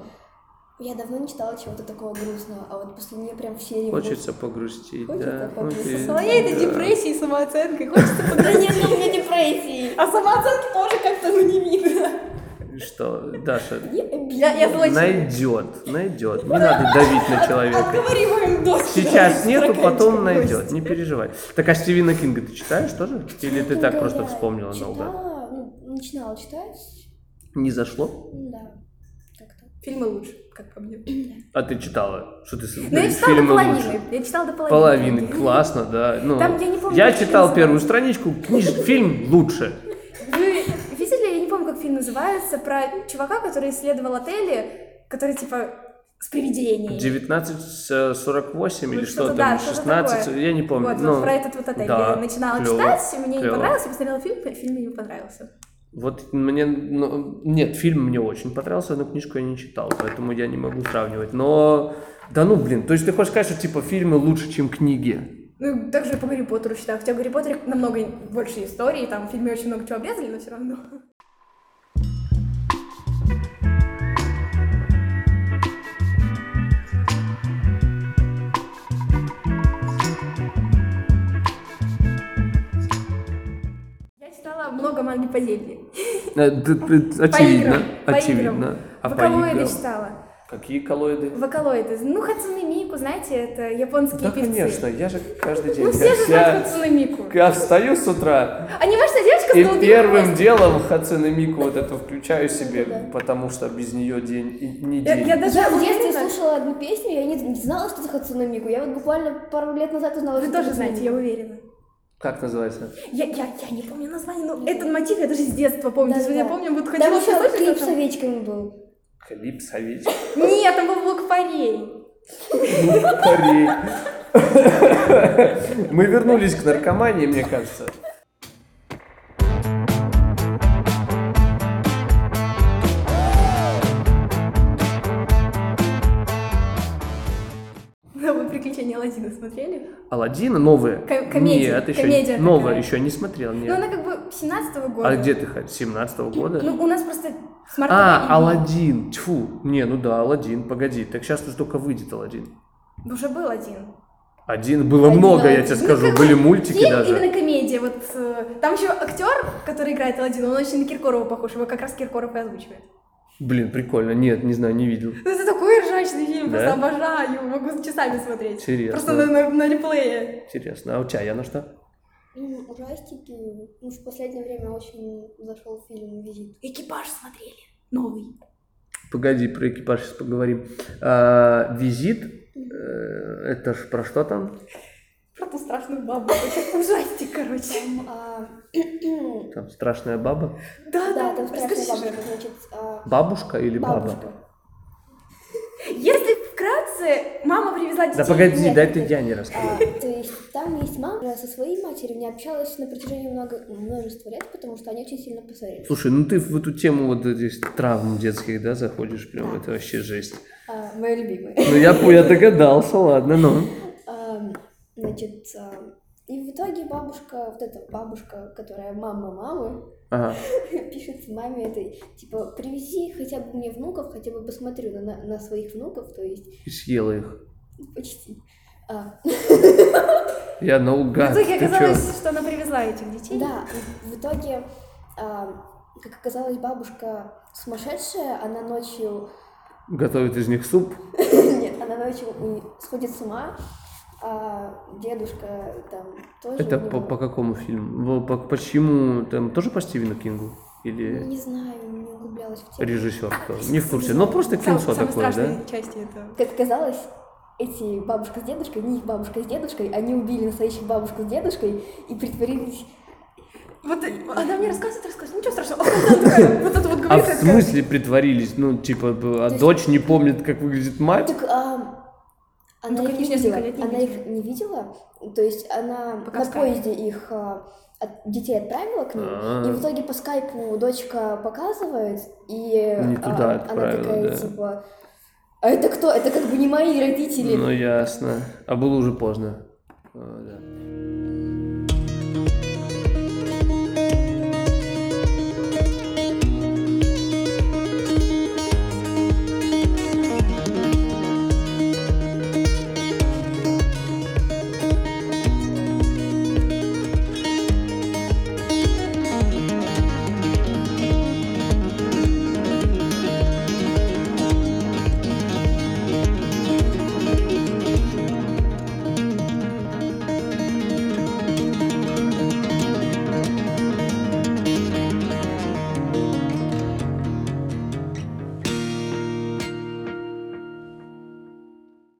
[SPEAKER 6] я давно не читала чего-то такого грустного, а вот после нее прям все ревут.
[SPEAKER 5] Хочется погрустить, да.
[SPEAKER 6] Хочется погрустить.
[SPEAKER 5] Окей,
[SPEAKER 4] С моей-то
[SPEAKER 5] да.
[SPEAKER 4] депрессией, самооценкой. Хочется
[SPEAKER 6] Да
[SPEAKER 4] подарить.
[SPEAKER 6] нет, у меня депрессии.
[SPEAKER 4] А самооценки тоже как-то ну не видно.
[SPEAKER 5] что Даша
[SPEAKER 4] Я, я злой человек.
[SPEAKER 5] найдет, найдет. Не надо давить на человека.
[SPEAKER 6] Отговариваем дочь.
[SPEAKER 5] Сейчас нету, потом найдет, не переживай. Так а Стивена Кинга ты читаешь тоже? Или ты так просто вспомнила
[SPEAKER 6] Читала,
[SPEAKER 5] наугад?
[SPEAKER 6] ну, начинала читать,
[SPEAKER 5] Не зашло?
[SPEAKER 6] м, да, как-то.
[SPEAKER 3] Фильмы лучше, как по мне.
[SPEAKER 5] А ты читала? Что ты с-
[SPEAKER 4] Но Ну, я читала до
[SPEAKER 5] фильмы лучше?
[SPEAKER 4] половины. Я читала до половины.
[SPEAKER 5] Половины, классно, да. Ну,
[SPEAKER 4] Там я не помню, как фильм
[SPEAKER 5] читал
[SPEAKER 4] называется.
[SPEAKER 5] первую страничку, книж, фильм лучше.
[SPEAKER 4] Вы видели, я не помню, как фильм называется, про чувака, который исследовал отели, который типа с привидениями.
[SPEAKER 5] 1948
[SPEAKER 4] Ну,
[SPEAKER 5] или
[SPEAKER 4] что-то,
[SPEAKER 5] что
[SPEAKER 4] да,
[SPEAKER 5] там,
[SPEAKER 4] что-то
[SPEAKER 5] 16,
[SPEAKER 4] такое.
[SPEAKER 5] я не помню.
[SPEAKER 4] Вот,
[SPEAKER 5] ну,
[SPEAKER 4] вот про этот вот отель.
[SPEAKER 5] да,
[SPEAKER 4] я начинала
[SPEAKER 5] клёво,
[SPEAKER 4] читать, и мне не
[SPEAKER 5] клёво.
[SPEAKER 4] понравилось, я посмотрела фильм, фильм мне не понравился.
[SPEAKER 5] Вот мне, ну, нет, фильм мне очень понравился, но книжку я не читал, поэтому я не могу сравнивать. Но, да ну, блин, то есть ты хочешь сказать, что типа фильмы лучше, чем книги?
[SPEAKER 4] Ну, также по Гарри Поттеру читала, хотя в Гарри Поттере намного больше историй, там в фильме очень много чего обрезали, но все равно. Я читала много манги по зелье.
[SPEAKER 5] Э, д- д-
[SPEAKER 4] По
[SPEAKER 5] Очевидно,
[SPEAKER 4] играм, по
[SPEAKER 5] очевидно.
[SPEAKER 4] играм.
[SPEAKER 5] А по
[SPEAKER 4] Вокалоиды
[SPEAKER 5] играм?
[SPEAKER 4] читала.
[SPEAKER 5] Какие коллоиды?
[SPEAKER 4] Вокалоиды. Ну, Хацуны Мику, знаете, это японские
[SPEAKER 5] Да,
[SPEAKER 4] певцы.
[SPEAKER 5] конечно, я же каждый день.
[SPEAKER 4] Ну, все
[SPEAKER 5] я-
[SPEAKER 4] же
[SPEAKER 5] я-
[SPEAKER 4] знают Хацуны Мику.
[SPEAKER 5] Я встаю с утра
[SPEAKER 4] А не ваша девочка
[SPEAKER 5] и
[SPEAKER 4] с голубиным
[SPEAKER 5] первым
[SPEAKER 4] хвостиком?
[SPEAKER 5] делом Хацуне Мику вот это включаю себе, потому что без нее день и не
[SPEAKER 4] Я, я
[SPEAKER 5] день.
[SPEAKER 4] даже
[SPEAKER 6] Я в детстве
[SPEAKER 4] уверена,
[SPEAKER 6] слушала одну песню, я не, не знала, что это Хацуна Мику. Я вот буквально пару лет назад узнала,
[SPEAKER 4] Вы
[SPEAKER 6] что
[SPEAKER 4] тоже
[SPEAKER 6] это
[SPEAKER 4] знаете,
[SPEAKER 6] Хацуна
[SPEAKER 4] я уверена.
[SPEAKER 5] Как называется?
[SPEAKER 4] Я, я, я не помню название, но этот мотив я даже с детства помню. То
[SPEAKER 6] Да,
[SPEAKER 4] есть вот
[SPEAKER 6] да.
[SPEAKER 4] я помню, вот
[SPEAKER 6] Мику.
[SPEAKER 4] ходила
[SPEAKER 6] Там еще
[SPEAKER 4] послушать, а
[SPEAKER 6] клип с
[SPEAKER 4] там-
[SPEAKER 6] овечками был.
[SPEAKER 5] Клип Савич.
[SPEAKER 4] Нет, там был Блокфорей.
[SPEAKER 5] Пари. Мы вернулись к наркомании, мне кажется.
[SPEAKER 4] Да, вы приключения Аладдина смотрели?
[SPEAKER 5] Аладдина новые?
[SPEAKER 4] Ком- комедия,
[SPEAKER 5] Нет, еще
[SPEAKER 4] комедия
[SPEAKER 5] не- новая,
[SPEAKER 4] такая.
[SPEAKER 5] еще не смотрел.
[SPEAKER 4] Ну,
[SPEAKER 5] Нет.
[SPEAKER 4] она как бы 17-го года.
[SPEAKER 5] А где ты ходишь? 17 года?
[SPEAKER 4] Ну, у нас просто смартфон.
[SPEAKER 5] а, Аладдин, тьфу, не, ну да, Аладдин, погоди, так сейчас же только выйдет Аладдин.
[SPEAKER 4] Уже был один.
[SPEAKER 5] Один, было много, я тебе
[SPEAKER 4] Ну,
[SPEAKER 5] скажу,
[SPEAKER 4] как бы
[SPEAKER 5] были мультики
[SPEAKER 4] фильм,
[SPEAKER 5] даже.
[SPEAKER 4] именно комедия. Вот э, там еще актер, который играет Аладдина, он очень на Киркорова похож. Его как раз Киркоров и озвучивает.
[SPEAKER 5] Блин, прикольно, нет, не знаю, не видел.
[SPEAKER 4] Ну, Это такой ржачный фильм,
[SPEAKER 5] Да?
[SPEAKER 4] просто обожаю. Могу часами смотреть.
[SPEAKER 5] Интересно.
[SPEAKER 4] Просто на, на- на реплее.
[SPEAKER 5] Интересно, а у тебя, Яна, что?
[SPEAKER 6] М, Ужастики. Ну, в последнее время очень зашел фильм «Визит».
[SPEAKER 4] Экипаж смотрели. Новый.
[SPEAKER 5] Погоди, про экипаж сейчас поговорим. А, визит, э, это ж про что там?
[SPEAKER 4] Про ту страшную бабу. Это Ужастик, короче.
[SPEAKER 6] Там, а,
[SPEAKER 5] Там страшная баба.
[SPEAKER 4] Да,
[SPEAKER 6] Ну да,
[SPEAKER 4] да,
[SPEAKER 6] там страшная
[SPEAKER 4] расскажи
[SPEAKER 6] бабушка,
[SPEAKER 4] сюжет.
[SPEAKER 6] значит, а,
[SPEAKER 5] Бабушка или баба?
[SPEAKER 6] бабушка.
[SPEAKER 4] Если вкратце, мама привезла детей.
[SPEAKER 5] Да погоди,
[SPEAKER 6] Нет,
[SPEAKER 5] дай
[SPEAKER 6] нет,
[SPEAKER 5] ты
[SPEAKER 6] нет.
[SPEAKER 5] Яне расскажи.
[SPEAKER 6] А, то есть там есть мама она со своей матерью, не общалась на протяжении много, множества лет, потому что они очень сильно поссорились.
[SPEAKER 5] Слушай, ну ты в эту тему вот этих травм детских, да, заходишь прям, это вообще жесть.
[SPEAKER 6] А, моя любимая.
[SPEAKER 5] Ну я, по- я догадался, ладно, ну.
[SPEAKER 6] Ам, а, Значит, ам, и в итоге бабушка, вот эта бабушка, которая мама мамы,
[SPEAKER 5] Ага.
[SPEAKER 6] пишет маме этой, типа, привези хотя бы мне внуков, хотя бы посмотрю на- на, на своих внуков, то есть
[SPEAKER 5] И съела их.
[SPEAKER 6] почти. А,
[SPEAKER 5] Я
[SPEAKER 4] В
[SPEAKER 5] наугад,
[SPEAKER 4] итоге
[SPEAKER 5] ты чё?
[SPEAKER 4] оказалось, что она привезла этих детей.
[SPEAKER 6] Да, и в итоге, ам, как оказалось, бабушка сумасшедшая, она ночью
[SPEAKER 5] Готовит из них суп?
[SPEAKER 6] Нет, она ночью у- сходит с ума, а дедушка там тоже...
[SPEAKER 5] Это
[SPEAKER 6] у него-
[SPEAKER 5] по, по какому фильму? Во- По, почему? Там тоже по Стивену Кингу? Или
[SPEAKER 6] Не А, знаю, не углублялась в тему.
[SPEAKER 5] режиссер тоже? Не в курсе. Ну просто кинцо
[SPEAKER 4] Самые
[SPEAKER 5] такое, да?
[SPEAKER 4] страшные части это.
[SPEAKER 6] Как оказалось, эти бабушка с дедушкой, не их бабушка с дедушкой, они убили настоящих бабушку с дедушкой и притворились...
[SPEAKER 4] Вот э, она мне рассказывает, рассказывает, ничего страшного. А она такая, Вот это вот
[SPEAKER 5] А
[SPEAKER 4] говорит.
[SPEAKER 5] в
[SPEAKER 4] я такая,
[SPEAKER 5] смысле притворились? Ну, типа, б- а
[SPEAKER 6] есть-
[SPEAKER 5] дочь не помнит, как выглядит мать?
[SPEAKER 6] Так, ам, она
[SPEAKER 4] Ну,
[SPEAKER 6] их не
[SPEAKER 4] конечно,
[SPEAKER 6] видела,
[SPEAKER 4] Ну, несколько лет не
[SPEAKER 6] она
[SPEAKER 4] видела.
[SPEAKER 6] их не видела, то есть она
[SPEAKER 4] Пока
[SPEAKER 6] на
[SPEAKER 4] в скайпе.
[SPEAKER 6] поезде их а, от- детей отправила к ним,
[SPEAKER 5] А.
[SPEAKER 6] и в итоге по скайпу дочка показывает, и
[SPEAKER 5] Не
[SPEAKER 6] а,
[SPEAKER 5] туда
[SPEAKER 6] она
[SPEAKER 5] отправила,
[SPEAKER 6] такая,
[SPEAKER 5] да.
[SPEAKER 6] типа, а это кто? Это как бы не мои родители.
[SPEAKER 5] Ну, ясно. А было уже поздно. А, да.